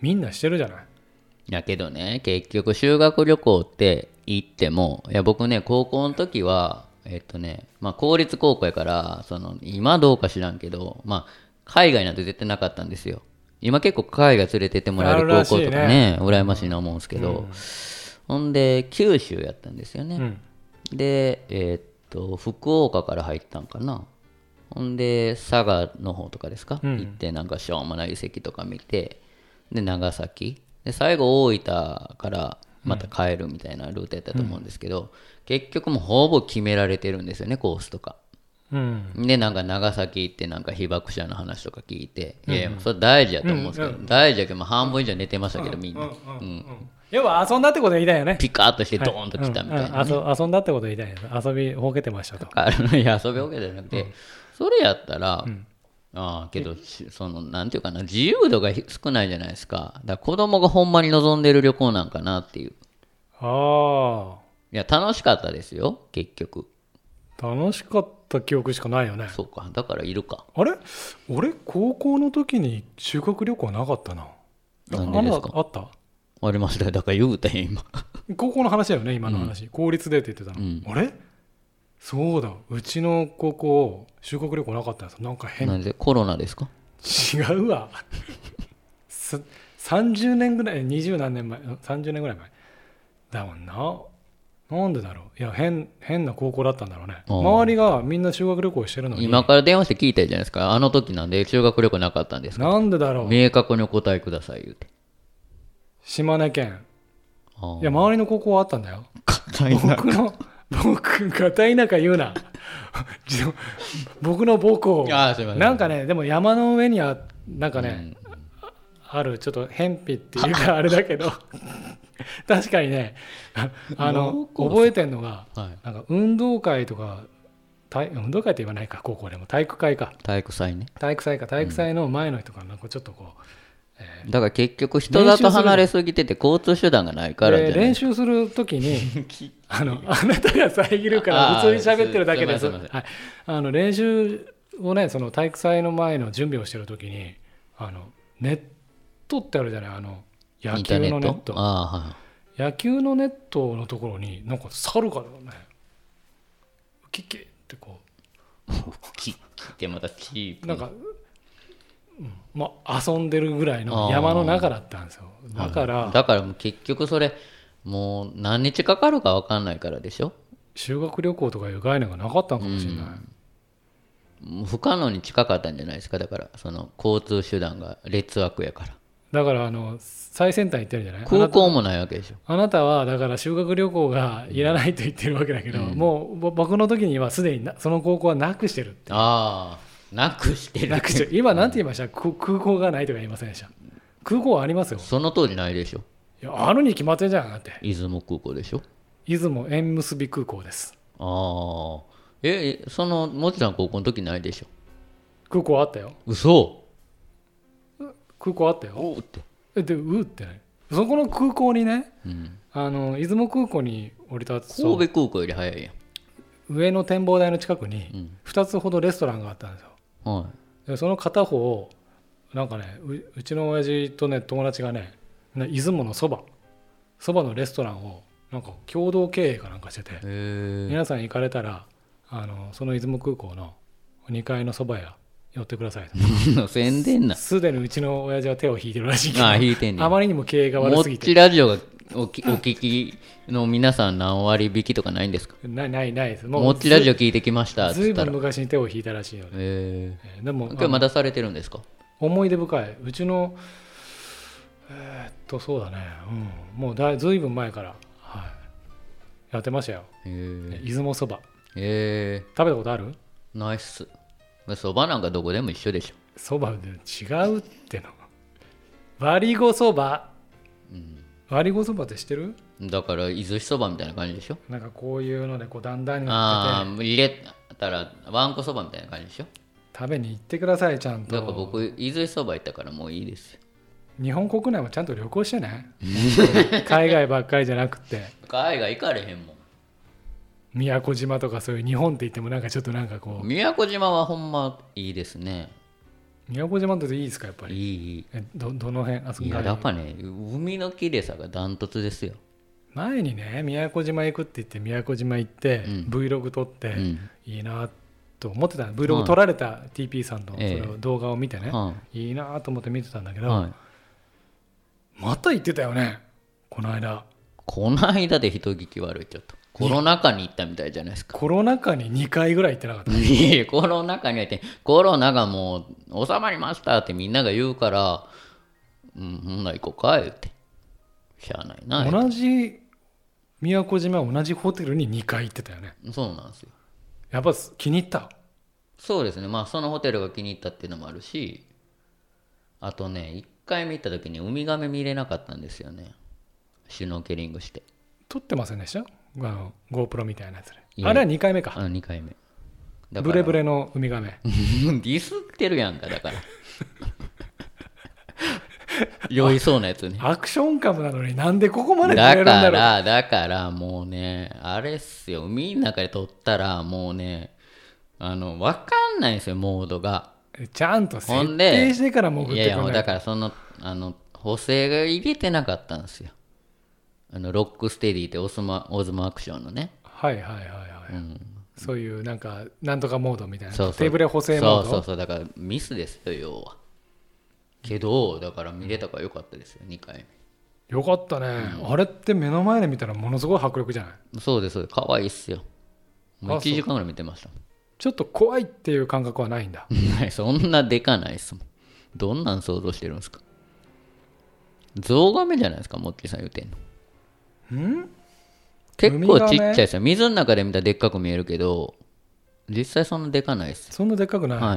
Speaker 2: みんなしてるじゃない
Speaker 3: やけどね結局修学旅行って行ってもいや僕ね高校の時はえっとねまあ公立高校やからその今どうか知らんけどまあ海外なんて絶対なかったんですよ今結構海外連れてってもらえ
Speaker 2: あ
Speaker 3: る
Speaker 2: るらしい
Speaker 3: 高校とかね
Speaker 2: ね
Speaker 3: 羨ましいな思うんですけど、ほんで九州やったんですよね、
Speaker 2: うん
Speaker 3: で、えーっと、福岡から入ったんかな。ほんで、佐賀の方とかですか、
Speaker 2: うん
Speaker 3: 行って、なんかしょうもない遺跡とか見て、で、長崎。で、最後、大分からまた帰るみたいなルートやったと思うんですけど、結局もうほぼ決められてるんですよね、コースとか。
Speaker 2: うん
Speaker 3: で、なんか長崎行って、なんか被爆者の話とか聞いて、いやいや、それ大事やと思うんですけど、大事やけど、もう半分以上寝てましたけど、みんな。うん
Speaker 2: 要は遊んだってこと言いたいよね
Speaker 3: ピカッとしてドーンと来たみたいなね。
Speaker 2: うんうん遊遊んだってこと言いたいよね遊びほうけてましたと
Speaker 3: あ のいや遊びわけじゃなくて、それやったら、ああけどしそのなんていうかな自由度がひ少ないじゃないですかだから子供がほんまに望んでる旅行なんかなっていうい
Speaker 2: あ
Speaker 3: や楽しかったですよ結局
Speaker 2: あ楽しかった記憶しかないよね
Speaker 3: そうかだからいるか
Speaker 2: あれ俺高校の時に修学旅行なかったな
Speaker 3: なんでですか
Speaker 2: ああった
Speaker 3: ありましたよだから言うたやん今
Speaker 2: 高校の話だよね今の話、公立でって言ってたの、
Speaker 3: うん
Speaker 2: あれそうだうちの高校修学旅行なかったんですなんか変
Speaker 3: なんでコロナですか
Speaker 2: 違うわす30年ぐらい20何年前うん30年ぐらい前だもんななんでだろういや変変な高校だったんだろうね
Speaker 3: あー
Speaker 2: 周りがみんな修学旅行してるのに
Speaker 3: 今から電話して聞いたじゃないですかあの時なんで修学旅行なかったんですか
Speaker 2: なんでだろう
Speaker 3: 明確にお答えください言うて
Speaker 2: 島根県
Speaker 3: ああ
Speaker 2: いや周りの高校はあったんだよ
Speaker 3: 硬いな
Speaker 2: 僕の僕片田舎言うな じ僕の母校
Speaker 3: あーすいません
Speaker 2: なんかねでも山の上にはなんかね、あるちょっと偏僻っていう かあれだけど確かにねああの
Speaker 3: 高校
Speaker 2: 覚えてんのが
Speaker 3: うんはい、
Speaker 2: なんか運動会とか体運動会って言わないか高校でも体育会か
Speaker 3: 体育祭ね
Speaker 2: 体育祭か体育祭の前の人がなんかちょっとこ、
Speaker 3: だから結局人だと離れすぎてて交通手段がないうからじゃ
Speaker 2: で
Speaker 3: ない
Speaker 2: 練習する時 にあのあなたが遮るから
Speaker 3: あ
Speaker 2: 普通に喋ってるだけですす
Speaker 3: いませんすい
Speaker 2: はい、あの練習をねその体育祭の前の準備をしてる時にあのネットってあるじゃないあの野
Speaker 3: インタ
Speaker 2: 球
Speaker 3: ーネッ
Speaker 2: の
Speaker 3: ト
Speaker 2: ネット
Speaker 3: あ
Speaker 2: 野球のネットのところになんか猿がねウキッキってこ
Speaker 3: あ、はい、切ってまたチー
Speaker 2: う
Speaker 3: プ
Speaker 2: なんか、うんまあ遊んでるぐらいの山の中だったんですよだから
Speaker 3: だからもう結局それもう何日かかるか分かんないからでしょ
Speaker 2: 修学旅行とかいう概念がなかったのかもしれない、
Speaker 3: もう不可能に近かったんじゃないですかだからその交通手段が劣悪やから
Speaker 2: だからあの最先端行ってるじゃない
Speaker 3: 空港もないわけでしょ
Speaker 2: あなたはだから修学旅行がいらないと言ってるわけだけど、もうぼ僕の時にはすでになその高校はなくしてる
Speaker 3: ああなくしてる
Speaker 2: なくして今なんて言いましたく空港がないとか言いませんでした空港はありますよ
Speaker 3: その当時ないでしょ
Speaker 2: いやあるに決まってんじゃんだって
Speaker 3: 出雲空港でしょ
Speaker 2: 出雲縁結び空港です
Speaker 3: ああえそのもちさん高校の時ないでしょ
Speaker 2: 空港あったよ
Speaker 3: 嘘
Speaker 2: 空港あったよ
Speaker 3: おうって、
Speaker 2: えでうーってねそこの空港にね
Speaker 3: うん、
Speaker 2: あの出雲空港に降りたそう
Speaker 3: 神戸空港より早いや
Speaker 2: 上の展望台の近く
Speaker 3: う
Speaker 2: に
Speaker 3: ん
Speaker 2: 2つほどレストランがあったんですよ
Speaker 3: んは
Speaker 2: でその片方をなんかねううちの親父とね友達がねね出雲のそばそばのレストランをなんか共同経営かなんかしてて
Speaker 3: いへえ
Speaker 2: 皆さん行かれたらあのその出雲空港の2階のそば屋寄ってくださいと
Speaker 3: 宣伝な
Speaker 2: すでにうちの親父は手を引いてるらしいけど
Speaker 3: ああ引いてんねん
Speaker 2: あまりにも経営が悪
Speaker 3: もっ
Speaker 2: すぎ
Speaker 3: ち
Speaker 2: て
Speaker 3: ラジオがおきお 聞きの皆さん何割引きとかないんですか
Speaker 2: ないないないです
Speaker 3: もっちラジオ聞いてきましたっ
Speaker 2: ず
Speaker 3: つ
Speaker 2: い
Speaker 3: っ
Speaker 2: ぶ
Speaker 3: た
Speaker 2: ん
Speaker 3: らへ
Speaker 2: 昔に手を引いたらしいので、
Speaker 3: え
Speaker 2: えーでも
Speaker 3: 今日まだされてるんですか
Speaker 2: 思い出深いうちのえーっとそうだね、うん、もうだいずいぶん前から、はい、やってましたよ
Speaker 3: へえ
Speaker 2: 出雲そば
Speaker 3: へ
Speaker 2: 食べたことある
Speaker 3: えナイスそばなんかどこでも一緒でしょ
Speaker 2: そばで違うっての割りごそば、割りごそばって知ってる
Speaker 3: だから伊豆しそばみたいな感じでしょ
Speaker 2: なんかこういうのでこうだんだんにな
Speaker 3: あ
Speaker 2: ってて
Speaker 3: あ入れたらわんこそばみたいな感じでしょ
Speaker 2: 食べに行ってくださいちゃん
Speaker 3: だから
Speaker 2: と
Speaker 3: 僕伊豆しそば行ったからもういいですよ
Speaker 2: 日本国内もちゃんと旅行してね海外ばっかりじゃなくて
Speaker 3: 海外行かれへんもん
Speaker 2: 宮古島とかそういう日本って言ってもなんかちょっとなんかこう
Speaker 3: 宮古島はほんまいいですね
Speaker 2: 宮古島っていいですかやっぱ
Speaker 3: い
Speaker 2: り
Speaker 3: いい
Speaker 2: えどどの辺あそ
Speaker 3: いい
Speaker 2: こ
Speaker 3: や
Speaker 2: が
Speaker 3: やっぱね海の綺麗さがダントツですよ、
Speaker 2: 前にね宮古島行くって言って宮古島行って、
Speaker 3: うん
Speaker 2: Vlog 撮って、
Speaker 3: うん
Speaker 2: いいなと思ってた Vlog 撮られた TP さんのそ
Speaker 3: ええ
Speaker 2: れを動画を見てね、
Speaker 3: はい
Speaker 2: いなと思って見てたんだけど、
Speaker 3: はい、
Speaker 2: また行ってたよねこの間
Speaker 3: この間で人聞き悪いちょっとコロナ禍に行ったみたいじゃないですか
Speaker 2: コロナ禍に2回ぐらい行ってなかった
Speaker 3: いやいやコロナ禍にはいてコロナがもう収まりましたってみんなが言うからうんほんなら行こうか言ってしゃあないな言う
Speaker 2: 同じ宮古島同じホテルに2回行ってたよね
Speaker 3: てそうなんですよ
Speaker 2: やっぱ気に入った
Speaker 3: そうですねまあそのホテルが気に入ったっていうのもあるしあとね一回見た時にウミガメ見れなかったんですよねシュノーケリングして
Speaker 2: 撮ってませんでしたあの GoPro みたいなやつ
Speaker 3: い
Speaker 2: で
Speaker 3: や
Speaker 2: あれは2回目
Speaker 3: あ
Speaker 2: か
Speaker 3: 2回目だ
Speaker 2: ブレブレのウミガメ
Speaker 3: ディスってるやんかだから 酔いそうなやつね
Speaker 2: アクションカムなのになんでここまで撮れる
Speaker 3: だ
Speaker 2: んだろう
Speaker 3: からだからもうねあれっすよ海の中で撮ったらもうねあのわかんないんですよモードが
Speaker 2: ちゃんと設
Speaker 3: ほんで
Speaker 2: 定してから潜ってく
Speaker 3: い
Speaker 2: る
Speaker 3: やいやもうだかららそのあの補正が入れてなかったんですよあのロックステディってオスマオズマアクションのね、
Speaker 2: はいはいはいはい、そういうなんかなんとかモードみたいな
Speaker 3: そうそう
Speaker 2: テーブル補正モード
Speaker 3: そうそうそうだからミスですよ要はけどだから見れたから良かったですよ2回
Speaker 2: よかったね、あれって目の前で見たらものすごい迫力じゃない
Speaker 3: 目そうですそうです可愛いっすよもう
Speaker 2: あ
Speaker 3: 1時間ぐらい見てましたもん
Speaker 2: ちょっと怖いっていう感覚はないんだ
Speaker 3: ない そんなでかないっすもんどんなん想像してるんですかゾウガメじゃないですかモッチーさん言うてんの結構ちっちゃいですよ水の中で見たらでっかく見えるけど実際そんなでかないっす
Speaker 2: そんなでっかくない、
Speaker 3: は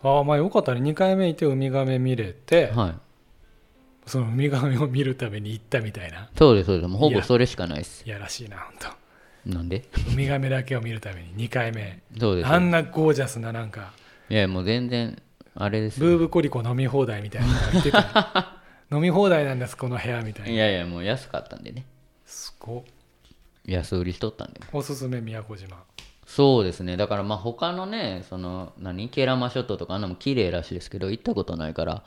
Speaker 2: ああまあよかったね2回目行ってウミガメ見れて、
Speaker 3: いはい
Speaker 2: そのウミガメを見るために行ったみたいな
Speaker 3: そうですそうですもうほ
Speaker 2: い
Speaker 3: ぼ
Speaker 2: や
Speaker 3: それしかないっす
Speaker 2: いやらしいなほんと
Speaker 3: なんで
Speaker 2: ウミガメだけを見るために2回目
Speaker 3: そうです
Speaker 2: あんなゴージャスななんか
Speaker 3: いやもう全然あれですよ
Speaker 2: ブーブコリコ飲み放題みたいなの言 ってた飲み放題なんですこの部屋みたい
Speaker 3: い
Speaker 2: な
Speaker 3: やいやもう安かったんでね
Speaker 2: すごっ
Speaker 3: 安売りしとったんで
Speaker 2: おすすめ宮古島
Speaker 3: そうですねだからまあ他のねその何ケラマ諸島とかあんなも綺麗らしいですけど行ったことないから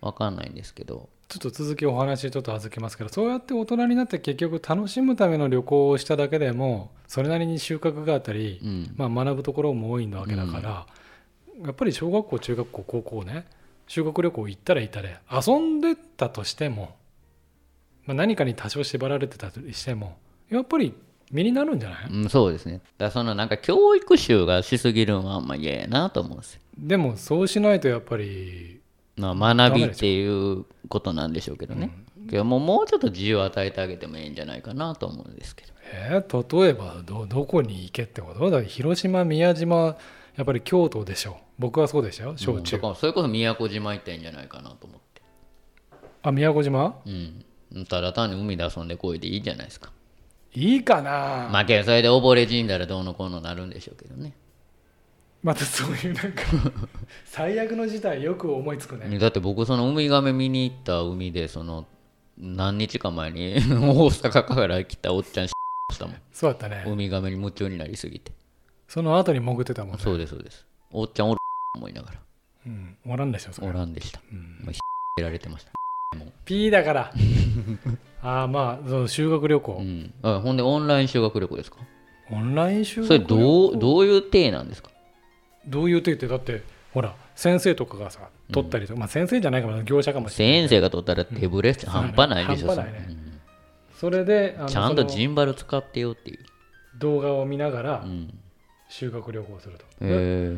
Speaker 3: 分かんないんですけど、
Speaker 2: ちょっと続きお話ちょっと預けますけどそうやって大人になって結局楽しむための旅行をしただけでもそれなりに収穫があったり、
Speaker 3: うん
Speaker 2: まあ、学ぶところも多いんだわけだから、やっぱり小学校中学校高校ね修学旅行行ったら行ったで遊んでたとしても、まあ、何かに多少縛られてたとしてもやっぱり身になるんじゃない、
Speaker 3: うん、そうですねだからそのなんか教育集がしすぎるのはあんま嫌やなと思うんですよ、
Speaker 2: でもそうしないとやっぱり
Speaker 3: まあ、学びっていうことなんでしょうけどね、けどもうもうちょっと自由を与えてあげてもいいんじゃないかなと思うんですけど
Speaker 2: えー例えばどどこに行けってことだから広島宮島やっぱり京都でしょ僕はそうでしたよ
Speaker 3: う
Speaker 2: 小
Speaker 3: ん
Speaker 2: 中、
Speaker 3: だからそれこそ宮古島行ったんじゃないかなと思って
Speaker 2: あ宮古島
Speaker 3: うんただ単に海で遊んでこいでいいじゃないですか
Speaker 2: いいかな
Speaker 3: まあけどそれで溺れ死んだらどうのこうのなるんでしょうけどね
Speaker 2: またそういうなん か最悪の事態よく思いつくね
Speaker 3: だって僕そのウミガメ見に行った海でその何日か前 に大阪から来たおっちゃんしたもん
Speaker 2: そうだったね
Speaker 3: ウミガメに夢中になりすぎて
Speaker 2: その後に潜ってたもんね
Speaker 3: そうですそうですおっちゃんおる思いながら
Speaker 2: うんおらんでしょそれ
Speaker 3: おらんでした
Speaker 2: うん
Speaker 3: もう出られてました、
Speaker 2: P だから ああまあその修学旅行、
Speaker 3: うん、あほんでオンライン修学旅行ですか
Speaker 2: オンライン修
Speaker 3: そ
Speaker 2: 学
Speaker 3: れ
Speaker 2: 旅行
Speaker 3: どうどういう体なんですか
Speaker 2: どういう手ってだってほら先生とかがさ取ったりとか、まあ先生じゃないかも業者かもしれない
Speaker 3: 先生が取ったら手ぶれして半端ないでしょ、
Speaker 2: 半端ないね
Speaker 3: そ
Speaker 2: そ
Speaker 3: ん
Speaker 2: れであの
Speaker 3: ちゃんと
Speaker 2: その
Speaker 3: ジンバル使ってよっていう、
Speaker 2: 動画を見ながら
Speaker 3: うん
Speaker 2: 修学旅行をすると、
Speaker 3: へ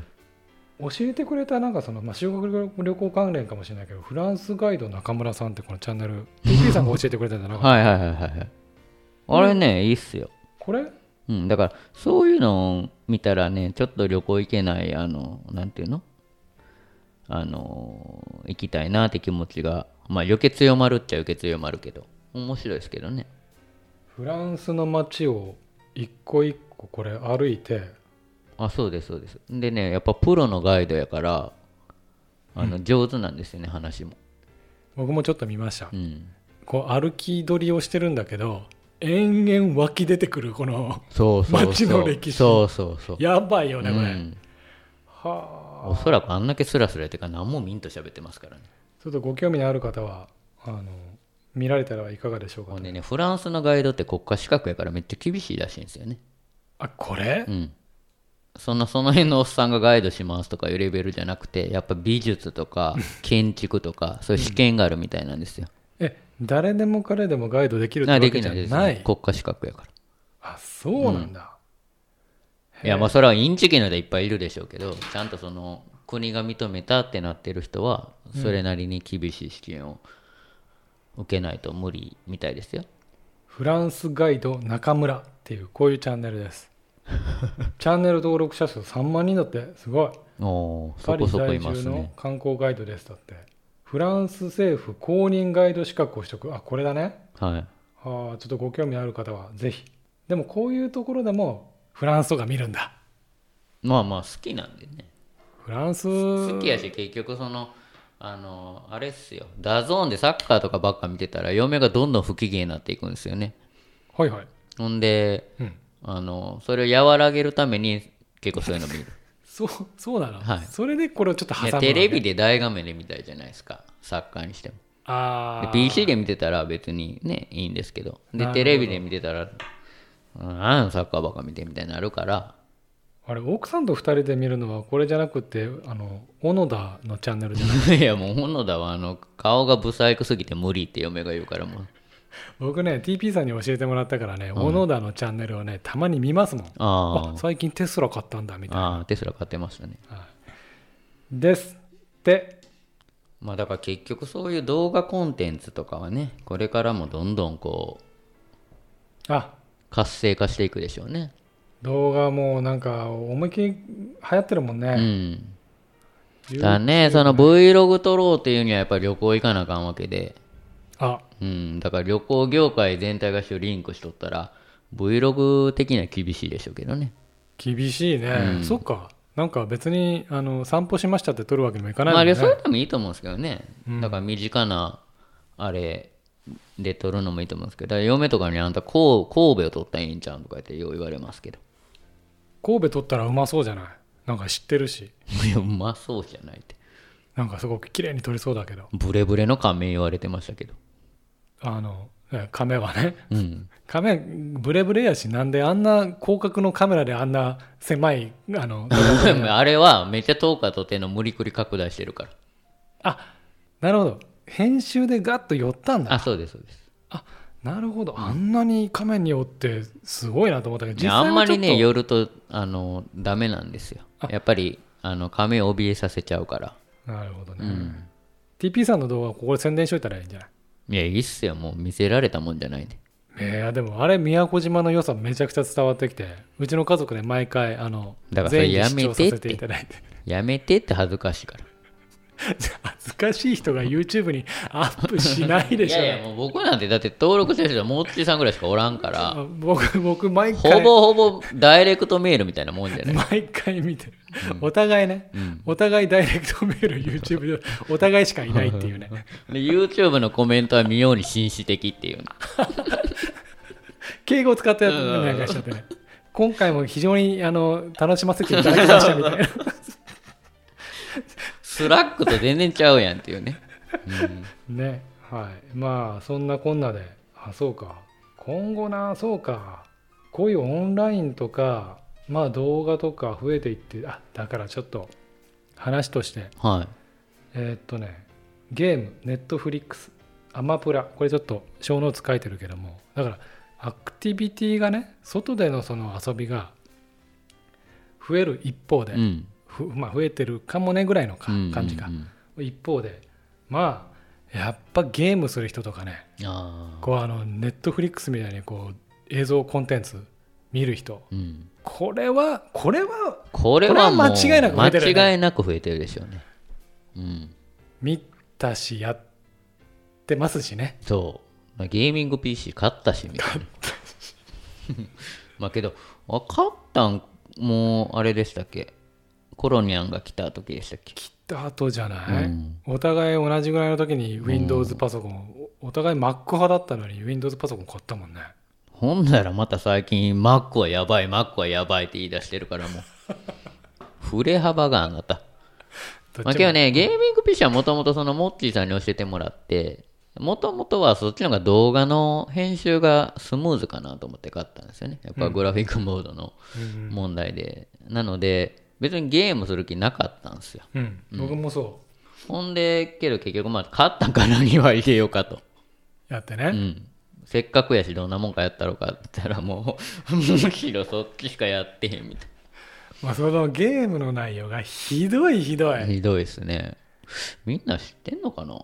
Speaker 2: 教えてくれたなんかその、まあ、修学旅行関連かもしれないけどフランスガイド中村さんってこのチャンネル TP さんが教えてくれたんじゃなか
Speaker 3: ー
Speaker 2: った
Speaker 3: はいはいはいはいはいあれね、いいっすよ、
Speaker 2: これ
Speaker 3: うん、だからそういうのを見たらねちょっと旅行行けないあのなんていうのあの行きたいなって気持ちがまあ余計強まるっちゃ余計強まるけど面白いですけどね
Speaker 2: フランスの街を一個一個これ歩いて
Speaker 3: あそうですそうですでねやっぱプロのガイドやからあの上手なんですよね、話も、
Speaker 2: 僕もちょっと見ました
Speaker 3: うん、
Speaker 2: こう歩き取りをしてるんだけど延々湧き出てくるこの
Speaker 3: そうそうそう
Speaker 2: 街の歴史
Speaker 3: そうそうそう
Speaker 2: やばいよねこれ、
Speaker 3: うん
Speaker 2: はあ
Speaker 3: おそらくあんだけスラスラやってから何もミンと喋ってますからね
Speaker 2: ちょっとご興味のある方はあの見られたらいかがでしょうか
Speaker 3: ほ
Speaker 2: と
Speaker 3: んでねフランスのガイドって国家資格やからめっちゃ厳しいらしいんですよね
Speaker 2: あこれ
Speaker 3: うんそんなその辺のおっさんがガイドしますとかいうレベルじゃなくてやっぱ美術と か建築とかそういう試験があるみたいなんですよ、
Speaker 2: え誰でも彼でもガイドできるって
Speaker 3: な
Speaker 2: わ
Speaker 3: で
Speaker 2: け
Speaker 3: き
Speaker 2: じゃ
Speaker 3: ないです、
Speaker 2: な
Speaker 3: ね
Speaker 2: い、
Speaker 3: 国家資格やか
Speaker 2: あそうなんだ、
Speaker 3: らいやまあそれはインチキの人いっぱいいるでしょうけどちゃんとその国が認めたってなってる人はそれなりに厳しい試験を受けないと無理みたいですよ、
Speaker 2: フランスガイド中村っていうこういうチャンネルです チャンネル登録者数3万人だってすごい
Speaker 3: おーそ
Speaker 2: パ
Speaker 3: こ
Speaker 2: リ
Speaker 3: そこ
Speaker 2: 在
Speaker 3: います
Speaker 2: 住
Speaker 3: ね
Speaker 2: の観光ガイドですだってフランス政府公認ガイド資格を取得あこれだね
Speaker 3: はい
Speaker 2: あーちょっとご興味ある方はぜひでもこういうところでもフランスとか見るんだ
Speaker 3: まあまあ好きなんでね
Speaker 2: フランス
Speaker 3: 好きやし結局そのあのあれっすよダゾーンでサッカーとかばっか見てたら嫁がどんどん不機嫌になっていくんですよね
Speaker 2: はいはい
Speaker 3: ほんで、
Speaker 2: うん
Speaker 3: あのそれを和らげるために結構そういうの見る
Speaker 2: そうそうなの、
Speaker 3: はい
Speaker 2: それでこれをちょっと挟
Speaker 3: い
Speaker 2: む
Speaker 3: や
Speaker 2: わけ
Speaker 3: テレビで大画面で見たいじゃないですかサッカーにしても
Speaker 2: あ
Speaker 3: で
Speaker 2: あ
Speaker 3: PC で見てたら別にねいいんですけど
Speaker 2: なる
Speaker 3: で
Speaker 2: ほど
Speaker 3: テレビで見てたらうんあんサッカーばっか見てみたいになるから
Speaker 2: あれ奥さんと2人で見るのはこれじゃなくてあの小野田のチャンネル じゃない
Speaker 3: いやもう本野田はあの顔がブサイクすぎて無理って嫁が言うからもう
Speaker 2: 僕ね TP さんに教えてもらったからね、小野田のチャンネルをねたまに見ますもんあ
Speaker 3: あ
Speaker 2: 最近テスラ買ったんだみ
Speaker 3: あ
Speaker 2: たいな
Speaker 3: ああテスラ買ってましたね
Speaker 2: ですって
Speaker 3: まあだから結局そういう動画コンテンツとかはねこれからもどんどんこう
Speaker 2: あ
Speaker 3: 活性化していくでしょうね
Speaker 2: 動画もうなんか思いっきり流行ってるもん
Speaker 3: う
Speaker 2: ね、
Speaker 3: ん
Speaker 2: 言う
Speaker 3: だねその Vlog 撮ろうっていうにはやっぱり旅行行かなあかんわけで
Speaker 2: あ
Speaker 3: うんだから旅行業界全体が一緒リンクしとったら Vlog 的には厳しいでしょうけどね
Speaker 2: 厳しいね、
Speaker 3: うん
Speaker 2: そっかなんか別にあの散歩しましたって撮るわけにもいかないも
Speaker 3: まああ
Speaker 2: ん
Speaker 3: れ
Speaker 2: ね、
Speaker 3: そういうのもいいと思うんですけどね、
Speaker 2: うん
Speaker 3: だから身近なあれで撮るのもいいと思うんですけどだから嫁とかにあんたこう神戸を撮ったらいいんちゃうんとか言ってよう言われますけど
Speaker 2: 神戸撮ったらうまそうじゃないなんか知ってるし
Speaker 3: いやうまそうじゃないって
Speaker 2: なんかすごく綺麗に撮りそうだけど
Speaker 3: ブレブレの仮面言われてましたけど、
Speaker 2: あのね亀はね
Speaker 3: うん、
Speaker 2: 亀ブレブレやしなんであんな広角のカメラであんな狭いあの
Speaker 3: あれはめっちゃ遠かとての無理くり拡大してるから
Speaker 2: あなるほど編集でガッと寄ったんだ
Speaker 3: あそうですそうです
Speaker 2: なるほどあんなに亀に寄ってすごいなと思ったけど
Speaker 3: ね
Speaker 2: 実際
Speaker 3: あんま
Speaker 2: はちょ
Speaker 3: り
Speaker 2: っと
Speaker 3: ね寄るとあのダメなんですよやっぱりあの亀を怯えさせちゃうから
Speaker 2: なるほどね、
Speaker 3: うん
Speaker 2: TP さんの動画ここで宣伝しといたらいいんじゃない
Speaker 3: いやいいっすよもう見せられたもんじゃないで
Speaker 2: ねえでもあれ宮古島の良さめちゃくちゃ伝わってきてうちの家族で毎回あの
Speaker 3: だからそれ
Speaker 2: 全員に
Speaker 3: や
Speaker 2: 視
Speaker 3: め
Speaker 2: 聴
Speaker 3: て
Speaker 2: させ
Speaker 3: って
Speaker 2: ていただいて
Speaker 3: やめてって恥ずかしいから
Speaker 2: 恥ずかしい人が YouTube にアップしないで
Speaker 3: い
Speaker 2: しょ
Speaker 3: やいやもう僕なんてだって登録してる人はモッチーさんぐらいしかおらん から
Speaker 2: あ僕僕毎回
Speaker 3: ほぼほぼダイレクトメールみたいなもんじゃない
Speaker 2: 毎回見てる、お互いね、お互いダイレクトメール YouTube でお互いしかいないっていうね
Speaker 3: で YouTube のコメントは妙に紳士的っていうね
Speaker 2: 敬語を使ったやつなんかしちゃってね今回も非常にあの楽しませていただきましたみたいな
Speaker 3: スラックと全然ちゃうやんっていうね
Speaker 2: ねはいまあそんなこんなであそうか今後なそうかこういうオンラインとかまあ動画とか増えていってあだからちょっと話として
Speaker 3: は
Speaker 2: えーっとねゲームネットフリックスアマプラこれちょっと小ノーツ書いてるけどもだからアクティビティがね外でのその遊びが増える一方 で、
Speaker 3: い、うん、
Speaker 2: ふまあ、増えてるかもねぐらいのか
Speaker 3: うん
Speaker 2: 感じが、
Speaker 3: うんうん
Speaker 2: 一方でまあやっぱゲームする人とかね
Speaker 3: あ
Speaker 2: こうあのネットフリックスみたいにこう映像コンテンツ見る人
Speaker 3: ーうん
Speaker 2: これはこれは
Speaker 3: これはもう
Speaker 2: これは間違いなく増えてるよね
Speaker 3: 間違いなく増えてるでしょうねうん
Speaker 2: 見たしやってますしね
Speaker 3: そうまあゲーミング PC 買ったしみたいな まあけどあ買ったんもうあれでしたっけコロニャンが来た時でしたっけ
Speaker 2: 切った後じゃない、
Speaker 3: うん
Speaker 2: お互い同じぐらいの時に Windows パソコン、おお互い Mac 派だったのに Windows パソコン買ったもんね
Speaker 3: ほんならまた最近 Mac はやばい Mac はやばいって言い出してるか らもう振れ幅が上がった
Speaker 2: どっちも
Speaker 3: まあ、けどね、ゲーミング PC はもともとそのモッチーさんに教えてもらって、もともとはそっちの方が動画の編集がスムーズかなと思って買ったんですよね。やっぱグラフィックモードの問題で。なので、別にゲームする気なかったんですよ。
Speaker 2: うん、僕もそ
Speaker 3: ほんで、けど結局まあ買ったからには入れようかと。
Speaker 2: うやってね、
Speaker 3: うん。せっかくやしどんなもんかやったろうかって言ったらもう、むしろそっちしかやってへんみたい
Speaker 2: まあ、そのゲームの内容がひどいひど
Speaker 3: な。
Speaker 2: い、
Speaker 3: ひどいですね。みんな知ってんのかな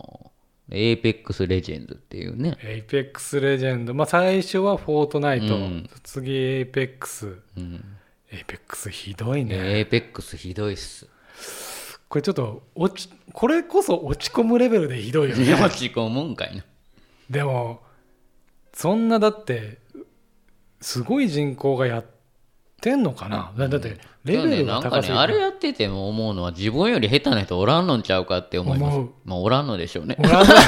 Speaker 3: ?Apex Legends っていうね。
Speaker 2: エイペックスレジェンド、まあ、最初はフォートナイト、
Speaker 3: うん
Speaker 2: 次エイペックス
Speaker 3: うん
Speaker 2: エイペックスひどいね、
Speaker 3: エーペックスひどいっす。
Speaker 2: これちょっと落ちこれこそ落ち込むレベルでひどいよね
Speaker 3: 落ち込むんかいな。
Speaker 2: でもそんなだってすごい人口がやってんのかな、だだってレベルが
Speaker 3: なんか
Speaker 2: 高
Speaker 3: ね、
Speaker 2: すぎ
Speaker 3: あ
Speaker 2: て、
Speaker 3: れやってても思うのは自分より下手な人おらんのんちゃうかって思います
Speaker 2: 思う。
Speaker 3: まあおらんのでしょうね
Speaker 2: お。らんの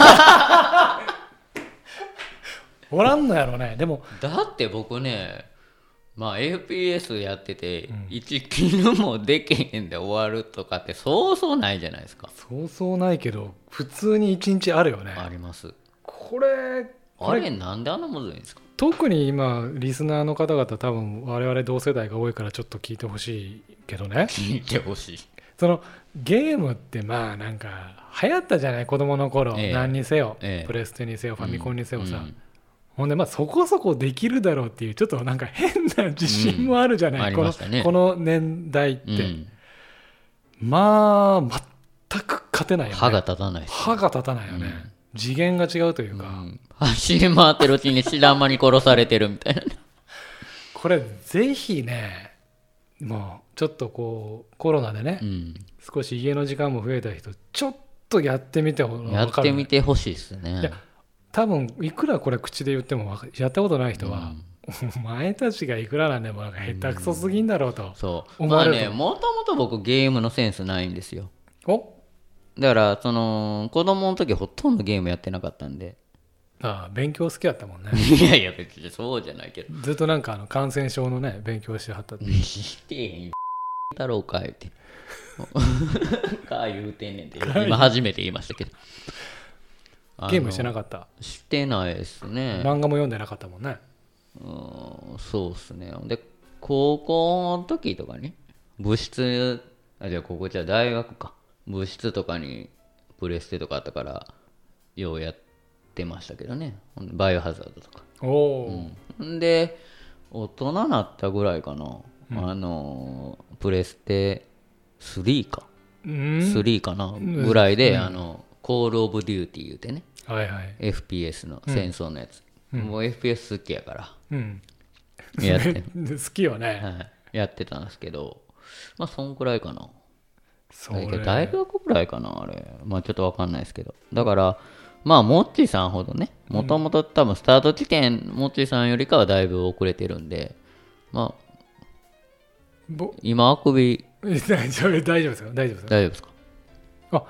Speaker 2: おらんのやろねでも
Speaker 3: だって僕ね、まあ FPS やってて、1キルもできへんで終わるとかってそうそうないじゃないですか。
Speaker 2: そうそうないけど普通に一日あるよね
Speaker 3: あります。
Speaker 2: これ
Speaker 3: あ
Speaker 2: こ
Speaker 3: れなんであんなむずいんですか
Speaker 2: 特に今リスナーの方々多分我々同世代が多いからちょっと聞いてほしいけどね
Speaker 3: 聞いてほしい。
Speaker 2: そのゲームってまあなんか流行ったじゃない子供の頃、
Speaker 3: ええ
Speaker 2: 何にせよ、
Speaker 3: ええ
Speaker 2: プレステにせよファミコンにせよさ、
Speaker 3: うん
Speaker 2: ほんでまあそこそこできるだろうっていうちょっとなんか変な自信もあるじゃない、
Speaker 3: うん
Speaker 2: こ
Speaker 3: ありま
Speaker 2: の
Speaker 3: したね
Speaker 2: この年代って、
Speaker 3: うん
Speaker 2: まあ全く勝てないよね
Speaker 3: 歯が立たないっす
Speaker 2: 歯が立たないよね、次元が違うというか、
Speaker 3: うん走り回ってるうちに知らん間に殺されてるみたいなね。
Speaker 2: これぜひねもうちょっとこうコロナでね、
Speaker 3: うん
Speaker 2: 少し家の時間も増えた人ちょっとやってみてほ
Speaker 3: やってみ
Speaker 2: て
Speaker 3: てほしいですね
Speaker 2: や。多分いくらこれ口で言ってもわかやったことない人は、お前たちがいくらなんでもなんか下手くそすぎんだろうと、
Speaker 3: そう。
Speaker 2: 思
Speaker 3: ま
Speaker 2: わ
Speaker 3: あ
Speaker 2: れると
Speaker 3: ね、もともと僕ゲームのセンスないんですよ。
Speaker 2: お
Speaker 3: だから、その、子供の時ほとんどゲームやってなかったんで。
Speaker 2: ああ勉強好きだったもんね
Speaker 3: いやいや、別にそうじゃないけど。
Speaker 2: ずっとなんかあの感染症のね勉強してはったって
Speaker 3: してへん、だろうか、言う て。か言うてんねんて。今初めて言いましたけど。
Speaker 2: ゲームしてなか
Speaker 3: か
Speaker 2: った
Speaker 3: ったしてないですね。
Speaker 2: 漫画も読んでなかったもんね
Speaker 3: うんそうっすね。で、高校の時とかに、部室、あ、じゃあ高校じゃ大学か。部室とかにプレステとかあったから、ようやってましたけどね。ほんでバイオハザードとか。
Speaker 2: おお、
Speaker 3: んで、大人になったぐらいかな。あのー、プレステ3か。
Speaker 2: うん
Speaker 3: 3かな。ぐらいで、あの、コールオブデューティー言うてね。
Speaker 2: はいはい
Speaker 3: FPS の戦争のやつ、もう FPS 好きやから
Speaker 2: うん、
Speaker 3: やっ て、
Speaker 2: 好きよね、
Speaker 3: はい、やってたんですけどまあそんくらいかな
Speaker 2: そ
Speaker 3: 大
Speaker 2: れ
Speaker 3: 学大学ぐらいかなあれまあちょっとわかんないですけどだからまあモッチーさんほどねもともと多分スタート地点モッチーさんよりかはだいぶ遅れてるんでまあ
Speaker 2: ぼ
Speaker 3: 今あくび
Speaker 2: 大丈夫大丈夫ですよ大丈夫ですよ
Speaker 3: 大丈夫ですか
Speaker 2: あ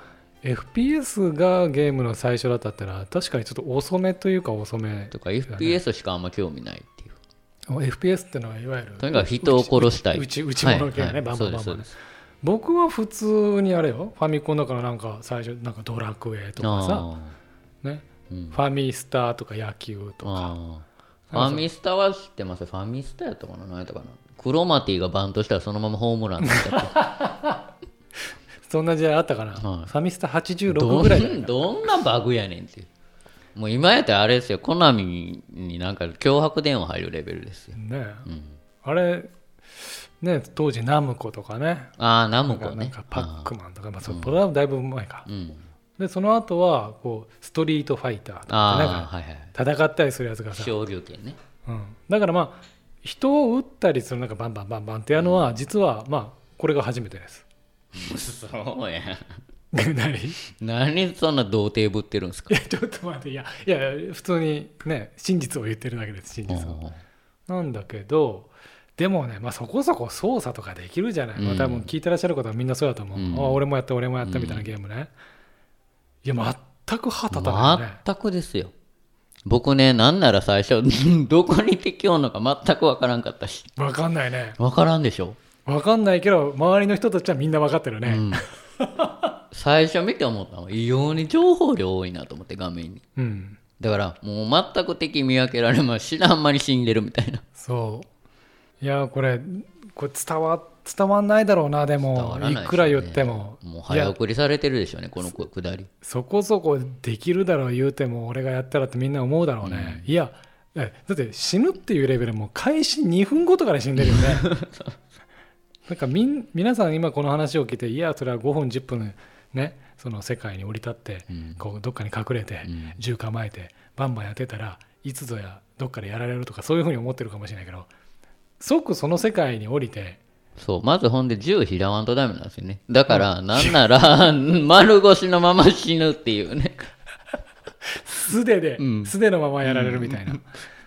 Speaker 2: FPS がゲームの最初だったったら確かにちょっと遅めというか遅め
Speaker 3: とか FPS しかあんま興味ないっていう
Speaker 2: あ FPS ってのはいわゆる
Speaker 3: とにかく人を殺したい
Speaker 2: 打ち打ち物系ね、
Speaker 3: はいはい
Speaker 2: バンバンバン
Speaker 3: そ
Speaker 2: バ
Speaker 3: う
Speaker 2: ン
Speaker 3: ですそう
Speaker 2: 僕は普通にあれよファミコンだからなんか最初なんかドラクエ
Speaker 3: です
Speaker 2: とかさ、
Speaker 3: あ
Speaker 2: ね、
Speaker 3: ーうん
Speaker 2: ファミスターとか野球とか
Speaker 3: あーファミスタは知ってますファミスタやったかな何やったかなクロマティがバントしたらそのままホームランになっちゃった
Speaker 2: そんな時代あったかな、
Speaker 3: はい
Speaker 2: ファミスタ86
Speaker 3: ど
Speaker 2: ぐらいだよ
Speaker 3: んどんなバグやねんっていうもう今やったらあれですよコナミになんか脅迫電話入るレベルですよ、
Speaker 2: ね
Speaker 3: うん、
Speaker 2: あれね当時ナムコとかね
Speaker 3: ああナム
Speaker 2: なん
Speaker 3: コ
Speaker 2: かなん
Speaker 3: ね
Speaker 2: かパックマンとかまあそうこれはだいぶ前か、
Speaker 3: あーうん
Speaker 2: でその後はこうストリートファイターとかなん
Speaker 3: あ
Speaker 2: か
Speaker 3: あはいはい
Speaker 2: 戦ったりするやつがさ、
Speaker 3: 昇竜拳ね
Speaker 2: うん、だからまあ人を撃ったりするなんかバンバンバンバンってやるのは実はまあこれが初めてです
Speaker 3: そうや
Speaker 2: 何い
Speaker 3: 何そんな童貞ぶってるんですか
Speaker 2: やちょっと待っていやいや普通にね真実を言ってるだけです真実を、なんだけどでもね、まあ、そこそこ操作とかできるじゃない、まあ、
Speaker 3: うん
Speaker 2: 多分聞いてらっしゃる方はみんなそうだと思う、
Speaker 3: うん
Speaker 2: あ俺もやった俺もやったみたいなゲームね、いや全く歯立たないよね
Speaker 3: 全くですよ僕ねなんなら最初 どこに敵おんのか全く分からんかったし
Speaker 2: 分かんないね
Speaker 3: 分からんでしょ、
Speaker 2: 分かんないけど周りの人たちはみんな分かってる
Speaker 3: う
Speaker 2: ね
Speaker 3: ん、最初見て思ったのは異様に情報量多いなと思って画面に
Speaker 2: うん、
Speaker 3: だからもう全く敵見分けられますしあんまり死んでるみたいな
Speaker 2: そういやこれこれ伝わ伝わんないだろうなで
Speaker 3: 伝わ
Speaker 2: も
Speaker 3: らない
Speaker 2: い,、
Speaker 3: ですね
Speaker 2: くら言っても
Speaker 3: もう
Speaker 2: い
Speaker 3: 早
Speaker 2: や
Speaker 3: 送りされてるでしょうねこのくだり
Speaker 2: そこそこできるだろう言うても俺がやったらってみんな思うだろうね、いやえだって死ぬっていうレベルもう開始2分後とかで死んで るよねなんかみん皆さん今この話を聞いていやそれは5分10分ねその世界に降り立って、
Speaker 3: うん
Speaker 2: こうどっかに隠れて、
Speaker 3: うん
Speaker 2: 銃構えてバンバンやってたらいつぞやどっかでやられるとかそういうふうに思ってるかもしれないけど即その世界に降りて
Speaker 3: そうまずほんで銃拾わんとダメなんですよねだからなんな ら丸腰のまま死ぬっていうね
Speaker 2: 素手で、
Speaker 3: うん
Speaker 2: 素手のままやられるみたいな、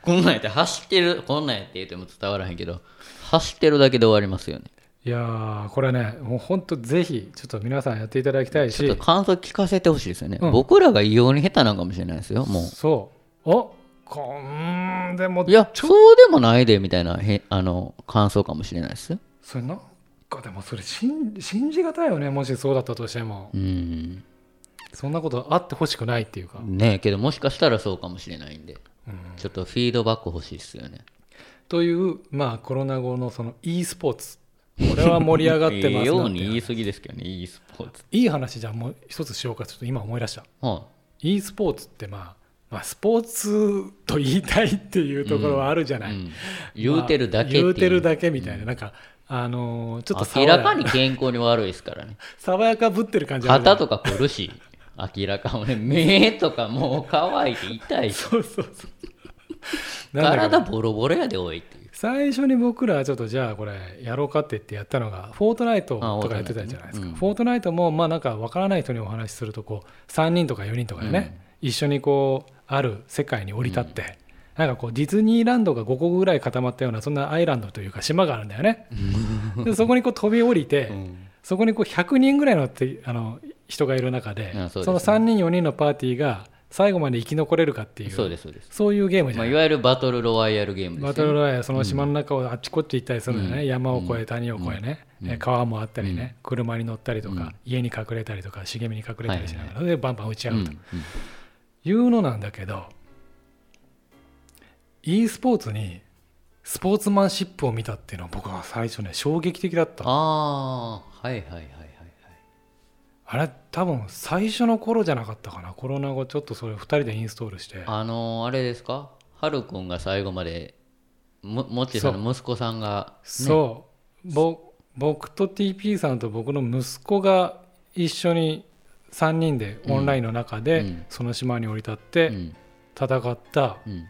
Speaker 3: こんなんやって走ってるこんなんやって言っても伝わらへんけど走ってるだけで終わりますよね
Speaker 2: いやーこれねもう本当ぜひちょっと皆さんやっていただきたい
Speaker 3: ち
Speaker 2: し
Speaker 3: ょっと感想聞かせてほしいですよね、
Speaker 2: うん
Speaker 3: 僕らが異様に下手なんかもしれないですよもう
Speaker 2: そうおこうーんでも
Speaker 3: いやそうでもないでみたいなへあの感想かもしれないですよ
Speaker 2: それなんかでもそれ信信じがたいよねもしそうだったとしても、
Speaker 3: うん
Speaker 2: そんなことあってほしくないっていうか、
Speaker 3: ねえけどもしかしたらそうかもしれないんで、
Speaker 2: うん
Speaker 3: ちょっとフィードバック欲しいですよね
Speaker 2: というまあコロナ後のその e スポーツこれは盛り上がってま
Speaker 3: ええ
Speaker 2: す
Speaker 3: よ
Speaker 2: な
Speaker 3: うん
Speaker 2: て
Speaker 3: に言い過ぎですけどね e スポーツ
Speaker 2: いい話じゃあもう一つしようかちょっと今思い出した
Speaker 3: は
Speaker 2: e スポーツってまあ、まあ、スポーツと言いたいっていうところはあるじゃ
Speaker 3: い、
Speaker 2: な
Speaker 3: う
Speaker 2: い、
Speaker 3: ん、言うてるだけっていう,、
Speaker 2: 言うてるだけみたいな、なんか、あのーちょっと爽
Speaker 3: 明
Speaker 2: や
Speaker 3: らかに健康に悪いですからね
Speaker 2: 爽やかぶってる感じあるじゃ
Speaker 3: 肩
Speaker 2: ん
Speaker 3: とか来るし明らかもね目とかもう乾いて痛いし
Speaker 2: そうそうそうなんだけ
Speaker 3: 体
Speaker 2: ど
Speaker 3: ボロボロやでおいっていう
Speaker 2: 最初に僕らはちょっとじゃあこれやろうかって言ってやったのがフォートナイトとかやってたじゃないですか、
Speaker 3: あフォートナイトねうん
Speaker 2: フォートナイトもまあなんかわからない人にお話しするとこう3人とか4人とかでね、一緒にこうある世界に降り立って、なんかこうディズニーランドが5個ぐらい固まったようなそんなアイランドというか島があるんだよ ねでそこにこう飛び降りて、
Speaker 3: うん
Speaker 2: そこにこう100人ぐらいのってあの人がいる中で
Speaker 3: あそうですね
Speaker 2: の3人4人のパーティーが最後まで生き残れるかっていう
Speaker 3: そうですそうです、
Speaker 2: そういうゲームじゃ
Speaker 3: まあ、
Speaker 2: ない
Speaker 3: いわゆるバトルロワイヤルゲームですよ
Speaker 2: バトルロイヤルその島の中をあっちこっち行ったりするのよね、
Speaker 3: うん
Speaker 2: 山を越え谷を越えね、
Speaker 3: うん
Speaker 2: え川もあったりね、車に乗ったりとか、
Speaker 3: うん
Speaker 2: 家に隠れたりとか茂みに隠れたりしながら、でバンバン打ち合
Speaker 3: うん
Speaker 2: うというのなんだけど、e スポーツにスポーツマンシップを見たっていうのは僕は最初ね衝撃的だった
Speaker 3: ああはいはいはいはいはい
Speaker 2: あれ多分最初の頃じゃなかったかなコロナ後ちょっとそれ2人でインストールして
Speaker 3: あのーあれですかはるくんが最後までももっちーさんの息子さんが、
Speaker 2: そう、ぼ僕と TP さんと僕の息子が一緒に3人でオンラインの中で
Speaker 3: うん
Speaker 2: その島に降り立っ
Speaker 3: う
Speaker 2: て
Speaker 3: ん
Speaker 2: 戦った
Speaker 3: うん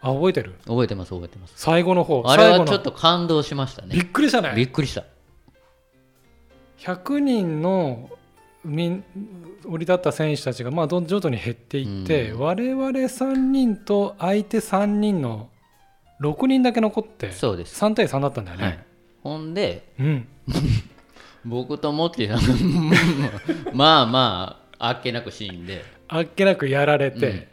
Speaker 2: あ覚えてる
Speaker 3: 覚えてます覚えてます
Speaker 2: 最後の方
Speaker 3: あれ
Speaker 2: 最後
Speaker 3: は
Speaker 2: の
Speaker 3: ちょっと感動しました
Speaker 2: びっ
Speaker 3: ね
Speaker 2: くりした
Speaker 3: び
Speaker 2: ね
Speaker 3: っくりした
Speaker 2: 100人のみん降り立った選手たちがまあどん徐々に減っていって、
Speaker 3: うん
Speaker 2: 我々3人と相手3人の6人だけ残って
Speaker 3: そうです、
Speaker 2: 3対3だったんだよね、
Speaker 3: はい、ほんで
Speaker 2: うん
Speaker 3: 僕とモッティさん まあまああっけなく死んで
Speaker 2: あっけなくやられて、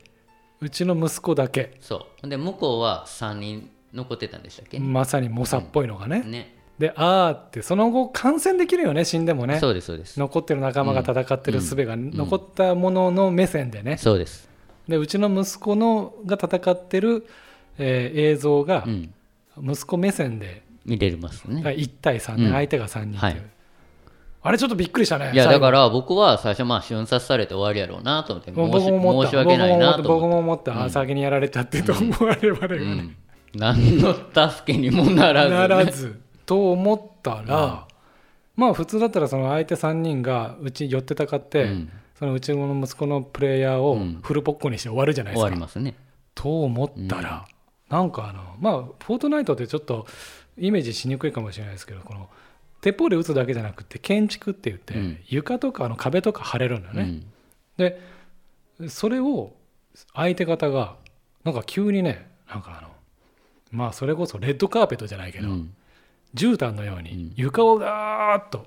Speaker 2: うちの息子だけ
Speaker 3: そうほんで向こうは3人残ってたんでしたっけね
Speaker 2: まさに猛者っぽいのがね、
Speaker 3: ね
Speaker 2: であーってその後感染できるよね死んでもね
Speaker 3: そうですそうです
Speaker 2: 残ってる仲間が戦ってる術が
Speaker 3: ん
Speaker 2: 残ったものの目線でね、
Speaker 3: そうです
Speaker 2: でうちの息子のが戦ってる、えー映像が
Speaker 3: うん
Speaker 2: 息子目線で
Speaker 3: 見れますね、い、
Speaker 2: 1対3で、
Speaker 3: うん
Speaker 2: 相手が3人っていう、
Speaker 3: はい
Speaker 2: あれちょっとびっくりしたね
Speaker 3: や
Speaker 2: 最
Speaker 3: だ
Speaker 2: 後
Speaker 3: から僕は最初まあ瞬殺されて終わりやろうなと思って
Speaker 2: もう僕も思っ
Speaker 3: 申
Speaker 2: た
Speaker 3: し訳ないなと
Speaker 2: 僕
Speaker 3: 思っ
Speaker 2: も思った、あー先にやられちゃってと思わればれ
Speaker 3: て、
Speaker 2: が
Speaker 3: う
Speaker 2: ね、
Speaker 3: ん、何の助けにもならず,、ね、
Speaker 2: ならずと思ったら、まあ普通だったらその相手3人がうち寄ってたかって、
Speaker 3: うん
Speaker 2: そのうちの息子のプレイヤーを
Speaker 3: うん
Speaker 2: フルポッコにして終わるじゃないで
Speaker 3: 終
Speaker 2: す
Speaker 3: わ
Speaker 2: か。
Speaker 3: りますね
Speaker 2: と思ったら、なんかあのまあフォートナイトってちょっとイメージしにくいかもしれないですけどこの鉄砲で撃つだけじゃなくて建築って言って、
Speaker 3: うん
Speaker 2: 床とかあの壁とか貼れるんだよ
Speaker 3: う
Speaker 2: ね。
Speaker 3: ん
Speaker 2: でそれを相手方がなんか急にねなんかあのまあそれこそレッドカーペットじゃないけ
Speaker 3: う
Speaker 2: ど、
Speaker 3: ん
Speaker 2: 絨毯のよう
Speaker 3: う
Speaker 2: に
Speaker 3: ん
Speaker 2: 床をガーッと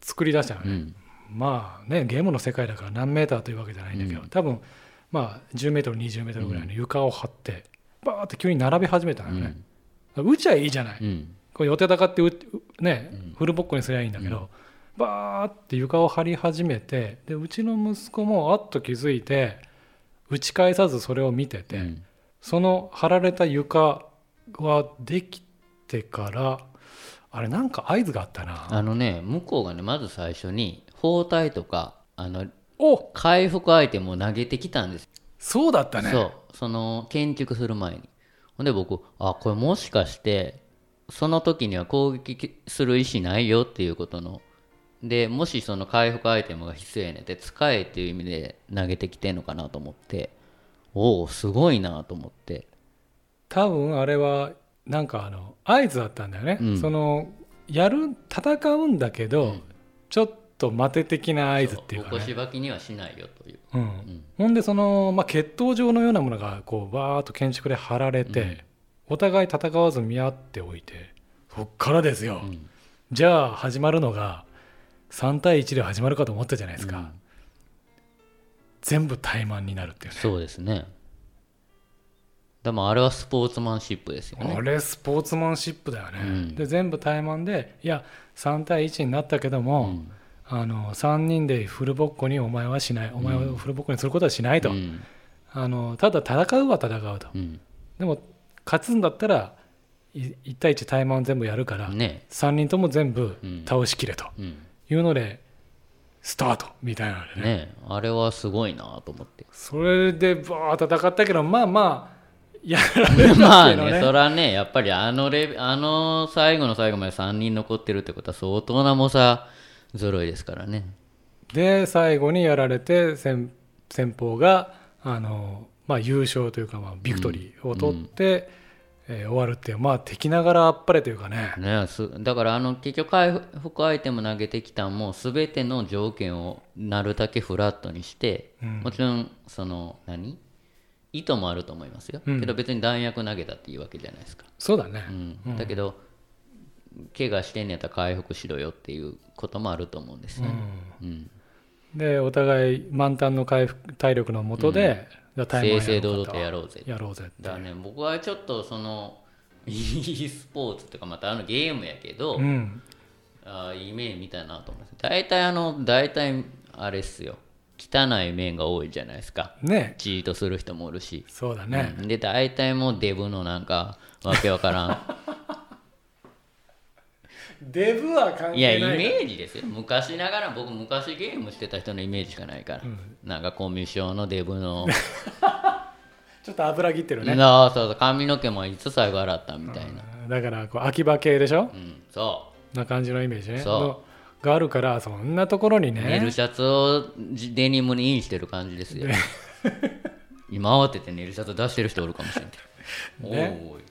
Speaker 2: 作り出したの
Speaker 3: う
Speaker 2: ね、
Speaker 3: ん
Speaker 2: まあねゲームの世界だから何メーターというわけじゃないんだけど、
Speaker 3: うん
Speaker 2: 多分まあ10メートル20メートルぐらいの床を張ってバーって急に並び始めたの
Speaker 3: う
Speaker 2: ね
Speaker 3: ん、
Speaker 2: 打ちゃいいじゃない、
Speaker 3: うん
Speaker 2: こう予定高ってううね、
Speaker 3: うん
Speaker 2: フルボッコにすりゃいいんだけど、バーって床を張り始めてでうちの息子もあっと気づいて打ち返さずそれを見てて、
Speaker 3: うん
Speaker 2: その張られた床はできてからあれなんか合図があったな
Speaker 3: あのね向こうがねまず最初に包帯とかあの
Speaker 2: お
Speaker 3: 回復アイテムを投げてきたんです
Speaker 2: そうだったね
Speaker 3: そうその建築する前にほんで僕あこれもしかしてその時には攻撃する意思ないよっていうことのでもしその回復アイテムが必要やねんって使えっていう意味で投げてきてんのかなと思っておおすごいなと思って
Speaker 2: 多分あれはなんかあの合図だったんだよね、
Speaker 3: うん
Speaker 2: そのやる戦うんだけど、
Speaker 3: うん
Speaker 2: ちょっと待て的な合図っていう
Speaker 3: お
Speaker 2: か、
Speaker 3: 腰
Speaker 2: ね
Speaker 3: ばきにはしないよという
Speaker 2: うん
Speaker 3: ん
Speaker 2: ほんでその、まあ、血統状のようなものがこうバーッと建築で貼られて、
Speaker 3: うん
Speaker 2: お互い戦わず見合っておいてそっからですよ、
Speaker 3: うん
Speaker 2: じゃあ始まるのが3対1で始まるかと思ったじゃないですか、
Speaker 3: うん
Speaker 2: 全部怠慢になるっていうね
Speaker 3: そうですねでもあれはスポーツマンシップですよね
Speaker 2: あれスポーツマンシップだよね、
Speaker 3: うん
Speaker 2: で全部怠慢でいや3対1になったけど
Speaker 3: う
Speaker 2: も、
Speaker 3: ん
Speaker 2: あの3人でフルボッコにお前はしないお前をフルボッコにすることはしないと、
Speaker 3: うん
Speaker 2: あのただ戦うは戦うと、
Speaker 3: うん
Speaker 2: でも勝つんだったら1対1タイマン全部やるから、
Speaker 3: ね
Speaker 2: 3人とも全部
Speaker 3: うん
Speaker 2: 倒しきれと
Speaker 3: うん
Speaker 2: いうのでスタートみたいなのでね
Speaker 3: ねあれはすごいなと思 って
Speaker 2: それでバーッ戦ったけどまあまあやられたけどね,、
Speaker 3: まあね、そらね、やっぱりあのレベあの最後の最後まで3人残ってるってことは相当な猛者揃いですからね。
Speaker 2: で最後にやられて先先方があの、まあ、優勝というか、まあ、ビクトリーを取って、えー終わるっていうまあ敵ながらあっぱれというかね
Speaker 3: ねすだからあの結局回復アイテム投げてきたんも全ての条件をなるだけフラットにして、
Speaker 2: うん
Speaker 3: もちろんその何意図もあると思いますよ、
Speaker 2: うん
Speaker 3: けど別に弾薬投げたっていうわけじゃないですか、
Speaker 2: そうだね、
Speaker 3: うんだけど怪我してんねやったら回復しろよっていうこともあると思うんですね、うん
Speaker 2: でお互い満タンの回復体力のもとで、じゃあタイマーやろうか
Speaker 3: 正々堂々とやろうぜ
Speaker 2: やろうぜって
Speaker 3: だからね僕はちょっとその e スポーツとかまたあのゲームやけど、
Speaker 2: うん
Speaker 3: あーいい面見たなと思います大体あの大体あれっすよ汚い面が多いじゃないですか
Speaker 2: ね
Speaker 3: チートする人もおるし、
Speaker 2: そうだね、
Speaker 3: うんで大体もうデブのなんかわけわ からん
Speaker 2: デブは関
Speaker 3: いやイメージですよ昔ながら僕昔ゲームしてた人のイメージしかないから、なんかコミュ障のデブ の、
Speaker 2: ちょっと油切ってるね、
Speaker 3: なあそうそう髪の毛もいつ最後洗ったみたいな、
Speaker 2: だからこう秋葉系でしょ
Speaker 3: うん、そう
Speaker 2: な感じのイメージね
Speaker 3: そう
Speaker 2: のがあるからそんなところに
Speaker 3: ネイ
Speaker 2: ね
Speaker 3: ルシャツをじデニムにインしてる感じですよ。 今慌てて寝る里出してる人おるかもしれんけ ど、
Speaker 2: ね
Speaker 3: おーい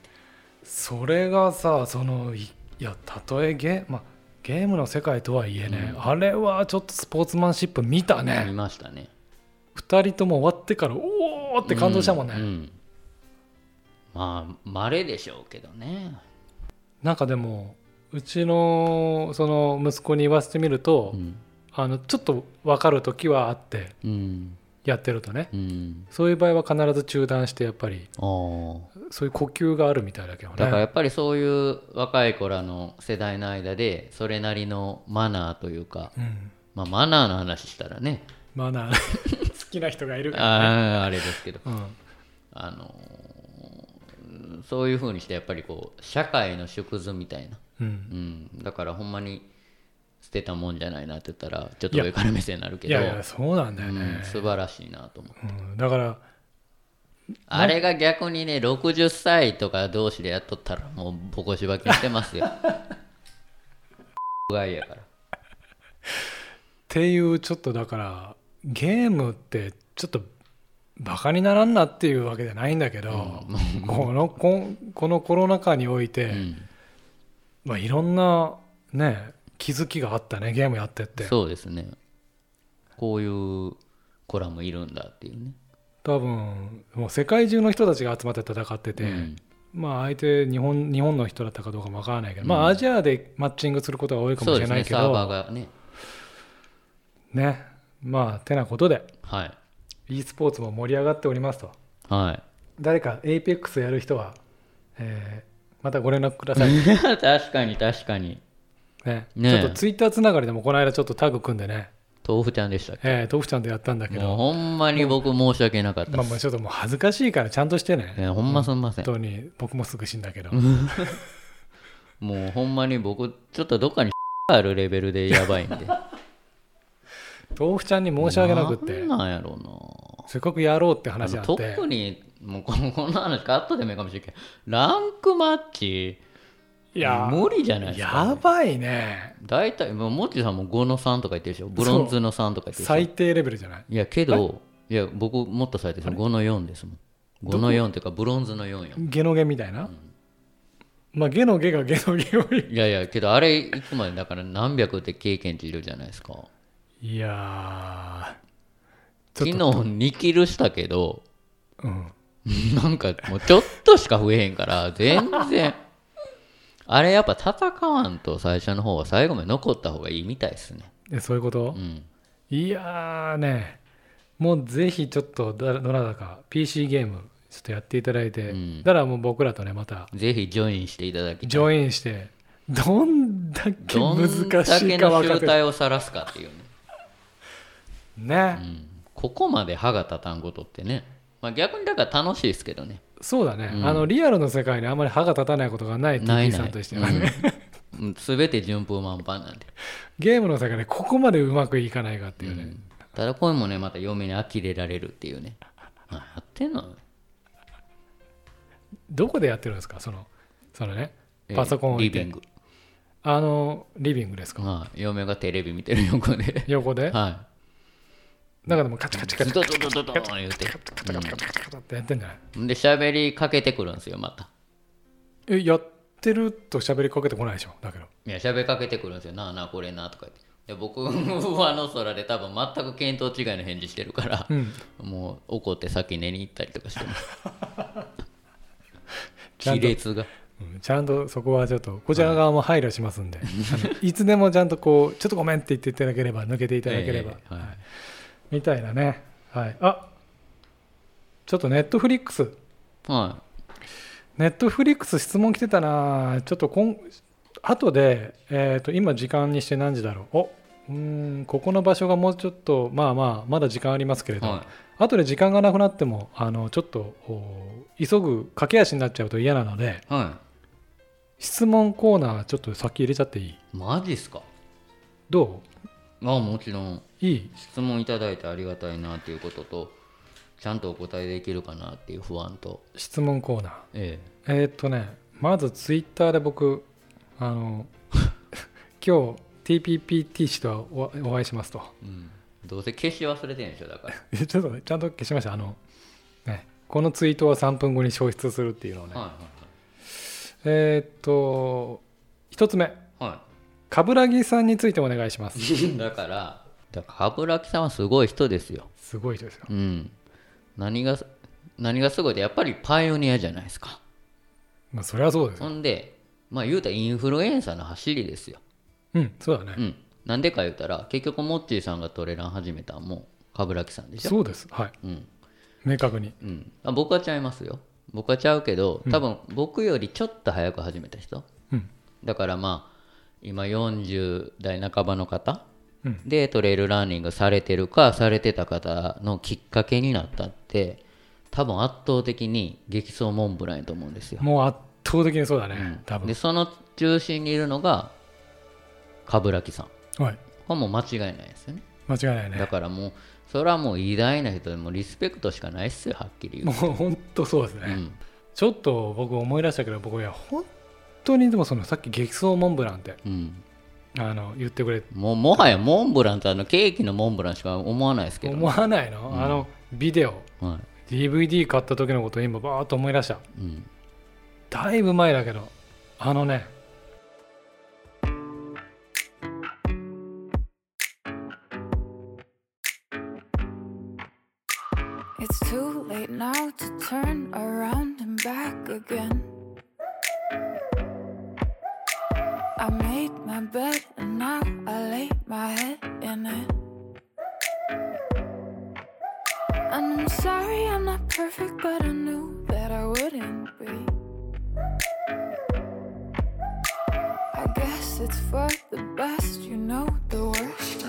Speaker 2: それがさそのいいやたとえゲ,、まあ、ゲームの世界とはいえね、あれはちょっとスポーツマンシップ見た
Speaker 3: 見
Speaker 2: ね、
Speaker 3: ましたね
Speaker 2: 二2人とも終わってからおおって感動したもんね、
Speaker 3: うんうんまあまれでしょうけどね
Speaker 2: なんかでもうちのその息子に言わせてみると、
Speaker 3: うん
Speaker 2: あのちょっと分かる時はあって
Speaker 3: うん
Speaker 2: やってるとね
Speaker 3: うん
Speaker 2: そういう場合は必ず中断してやっぱり
Speaker 3: あー
Speaker 2: そういう呼吸があるみたいだけど
Speaker 3: だからや
Speaker 2: ね
Speaker 3: っぱりそういう若い子らの世代の間でそれなりのマナーというか、
Speaker 2: うん
Speaker 3: まあ、マナーの話したらね
Speaker 2: まあな 好きな人がいるからね
Speaker 3: あーあれですけど
Speaker 2: うん
Speaker 3: あのーそういうふうにしてやっぱりこう社会の縮図みたいな、
Speaker 2: うん
Speaker 3: うん、だからほんまに捨てたもんじゃないなって言ったらちょっと上から目線になるけ
Speaker 2: い
Speaker 3: ど
Speaker 2: やいやそうなんだよ
Speaker 3: うん
Speaker 2: ね、
Speaker 3: 素晴らしいなと思う
Speaker 2: うんだから
Speaker 3: あれが逆にね60歳とか同士でやっとったらもうボコしばきにしてますよ がいやか
Speaker 2: っ
Speaker 3: ら
Speaker 2: ていうちょっとだからゲームってちょっとバカにならんなっていうわけじゃないんだけど、このここのコロナ禍において、
Speaker 3: うん
Speaker 2: まあ、いろんなね気づきがあったねゲームやってって
Speaker 3: そうですねこういう子らもいるんだっていうね、
Speaker 2: 多分もう世界中の人たちが集まって戦ってて、
Speaker 3: うん
Speaker 2: まあ相手日本日本の人だったかどうかもわからないけど、まあアジアでマッチングすることが多いか
Speaker 3: そ
Speaker 2: も
Speaker 3: う
Speaker 2: し
Speaker 3: で
Speaker 2: れない
Speaker 3: すね
Speaker 2: け
Speaker 3: サーバ
Speaker 2: ど
Speaker 3: ーがね
Speaker 2: ねまあてなことで
Speaker 3: はい
Speaker 2: e スポーツも盛り上がっておりますと。
Speaker 3: はい
Speaker 2: 誰か APEX やる人は、えーまたご連絡ください、
Speaker 3: 確かに確かに
Speaker 2: ね
Speaker 3: ねえ
Speaker 2: ちょっとツイッターつながりでもこの間ちょっとタッグ組んでね、
Speaker 3: 豆腐ちゃんでしたっ
Speaker 2: えー、豆腐ちゃんとやったんだ
Speaker 3: け
Speaker 2: け
Speaker 3: もう
Speaker 2: ど、
Speaker 3: ほんまに僕申し訳なかった
Speaker 2: ま
Speaker 3: で
Speaker 2: あ、
Speaker 3: す、
Speaker 2: まあちょっともう恥ずかしいからちゃんとしてね
Speaker 3: えーほんますんません、
Speaker 2: 本当に僕もすぐ死んだけど、
Speaker 3: もうほんまに僕ちょっとどっかに あるレベルでやばいんで
Speaker 2: 豆腐ちゃんに 申し訳なくって
Speaker 3: なんなんやろ
Speaker 2: せっかくやろうって
Speaker 3: うなあ
Speaker 2: 話
Speaker 3: の
Speaker 2: あって
Speaker 3: 特にもうこのこんな話カットでもいいかもしれんけどランクマッチ
Speaker 2: いや
Speaker 3: 無理じゃないですか、
Speaker 2: やばいね
Speaker 3: 大体もうモッチーさんも5の3とか言ってるでしょブロンズの3とか言ってるでしょ
Speaker 2: 最低レベルじゃない
Speaker 3: いやけどいや僕もっと最低です5の4ですもん5の4っていうかブロンズの4よ
Speaker 2: ゲのゲみたいな、まあゲのゲがゲのゲより
Speaker 3: いやいやけどあれいつまでだから何百って経験値いるじゃないですか
Speaker 2: いや
Speaker 3: 昨日2キルしたけど
Speaker 2: ーうん
Speaker 3: なんかもうちょっとしか増えへんから全然あれやっぱ戦わんと最初の方は最後まで残った方がいいみたいですね
Speaker 2: えそういうこと
Speaker 3: う、ん
Speaker 2: いやーねもうぜひちょっとだどなたか PC ゲームちょっとやっていただいて、
Speaker 3: うん
Speaker 2: だからもう僕らとねまた
Speaker 3: ぜひジョインしていただき
Speaker 2: ジョインしてどんだけ
Speaker 3: ど
Speaker 2: 難
Speaker 3: んだ
Speaker 2: し
Speaker 3: け
Speaker 2: いか
Speaker 3: の
Speaker 2: 分かっ
Speaker 3: 集
Speaker 2: てる
Speaker 3: 体を晒すかっていうね
Speaker 2: ね、
Speaker 3: うんここまで歯が立たんことってね、まあ、逆にだから楽しいですけどね
Speaker 2: そうだね、
Speaker 3: うん
Speaker 2: あのリアルの世界にあんまり歯が立たないことがない
Speaker 3: な
Speaker 2: TP
Speaker 3: いない
Speaker 2: さんとしてはね、
Speaker 3: うんうん全て順風満帆なんで、
Speaker 2: ゲームの世界でここまでうまくいかないかっていうね、
Speaker 3: うんただこれもねまた嫁に呆れられるっていうね何やってんの
Speaker 2: どこでやってるんですかそのそのねパソコン
Speaker 3: えー
Speaker 2: 置
Speaker 3: リ
Speaker 2: いて
Speaker 3: ビング
Speaker 2: あのリビングですか、
Speaker 3: まあ嫁がテレビ見てる横で
Speaker 2: 横で、
Speaker 3: は
Speaker 2: なんかでもカチカチ
Speaker 3: い
Speaker 2: カ
Speaker 3: ず
Speaker 2: チ
Speaker 3: っとドドドドーン言うて
Speaker 2: カチってやってんじゃない
Speaker 3: うんで喋りかけてくるんですよまた
Speaker 2: えやってると喋りかけてこないでしょだけど
Speaker 3: いや喋りかけてくるんですよなあなあこれなとか言ってで僕上の空で多分全く見当違いの返事してるから、
Speaker 2: うん
Speaker 3: もう怒って先寝に行ったりとかしてます
Speaker 2: ちゃん
Speaker 3: 亀
Speaker 2: と
Speaker 3: 裂が
Speaker 2: うんちゃんとそこはちょっとこちら側も配慮しますんで、あのいつでもちゃんとこうちょっとごめんって言っていただければ抜けていただければ、
Speaker 3: ええはい
Speaker 2: みたいなねはいあちょっとネットフリックス
Speaker 3: は
Speaker 2: ネットフリックス質問来てたなちょっとこん後で、えー、と今時間にして何時だろうおうーんここの場所がもうちょっとまあまあまだ時間ありますけれ
Speaker 3: い
Speaker 2: ど、
Speaker 3: は
Speaker 2: 後で時間がなくなってもあのちょっとお急ぐ駆け足になっちゃうと嫌なので
Speaker 3: いは
Speaker 2: 質問コーナーちょっと先入れちゃっていい
Speaker 3: いマジっすか
Speaker 2: ど
Speaker 3: あもちろん
Speaker 2: ういい
Speaker 3: 質問いただいてありがたいなっていうこととちゃんとお答えできるかなっていう不安と
Speaker 2: 質問コーナ
Speaker 3: え
Speaker 2: ーえーっとねまずツイッターで僕あの 今日 TPPT 氏とはおお会いしますと
Speaker 3: えうんどうせ消し忘れてんでしょだから
Speaker 2: えちょっとねちゃんと消しましたあのね、このツイートは3分後に消失するっていうのをね、
Speaker 3: は
Speaker 2: えーっと1つ目
Speaker 3: いはいは
Speaker 2: 冠城さんについてお願いします
Speaker 3: い だからだから冠城さんはすごい人ですよ
Speaker 2: すごい人ですよ
Speaker 3: うん何が何がすごいってやっぱりパイオニアじゃないですか
Speaker 2: まあそれはそうですよ
Speaker 3: ほんでまあ言うたらインフルエンサーの走りですよ
Speaker 2: うんそうだね、
Speaker 3: うんなんでか言うたら結局モッチーさんがトレラン始めたんも冠城さんでしょ
Speaker 2: そうですはい
Speaker 3: うん
Speaker 2: 明確に
Speaker 3: うん、あ僕はちゃいますよ僕はちゃうけど多分僕よりちょっと早く始めた人、
Speaker 2: うん
Speaker 3: だからまあ今40代半ばの方
Speaker 2: うん
Speaker 3: でトレイルランニングされてるかされてた方のきっかけになったって多分圧倒的に激走モンブランやと思うんですよ、
Speaker 2: もう圧倒的にそうだね、
Speaker 3: うん
Speaker 2: 多
Speaker 3: で
Speaker 2: 分
Speaker 3: その中心にいるのが冠城さんこ
Speaker 2: はい
Speaker 3: れもう間違いないですよね
Speaker 2: 間違いない
Speaker 3: だ
Speaker 2: ね
Speaker 3: からもうそれはもう偉大な人でもうリスペクトしかないっすよはっきり
Speaker 2: も
Speaker 3: 言
Speaker 2: う
Speaker 3: う
Speaker 2: 本当そうですね、
Speaker 3: うん
Speaker 2: ちょっと僕思い出したけど僕いや本当にでもそのさっき激走モンブランって
Speaker 3: うん
Speaker 2: あの言ってくれ
Speaker 3: もうもはやモンブランとあのケーキのモンブランしか思わないですけどね、
Speaker 2: 思わないの、あのビデオ
Speaker 3: は
Speaker 2: DVD 買った時のことを今バーッと思い出した
Speaker 3: いうん、
Speaker 2: だいぶ前だけどあのね
Speaker 4: It's too late now to turn around and back again. I made my bed and now I lay my head in it. And I'm sorry I'm not perfect, but I knew that I wouldn't be. I guess it's for the best, you know the worst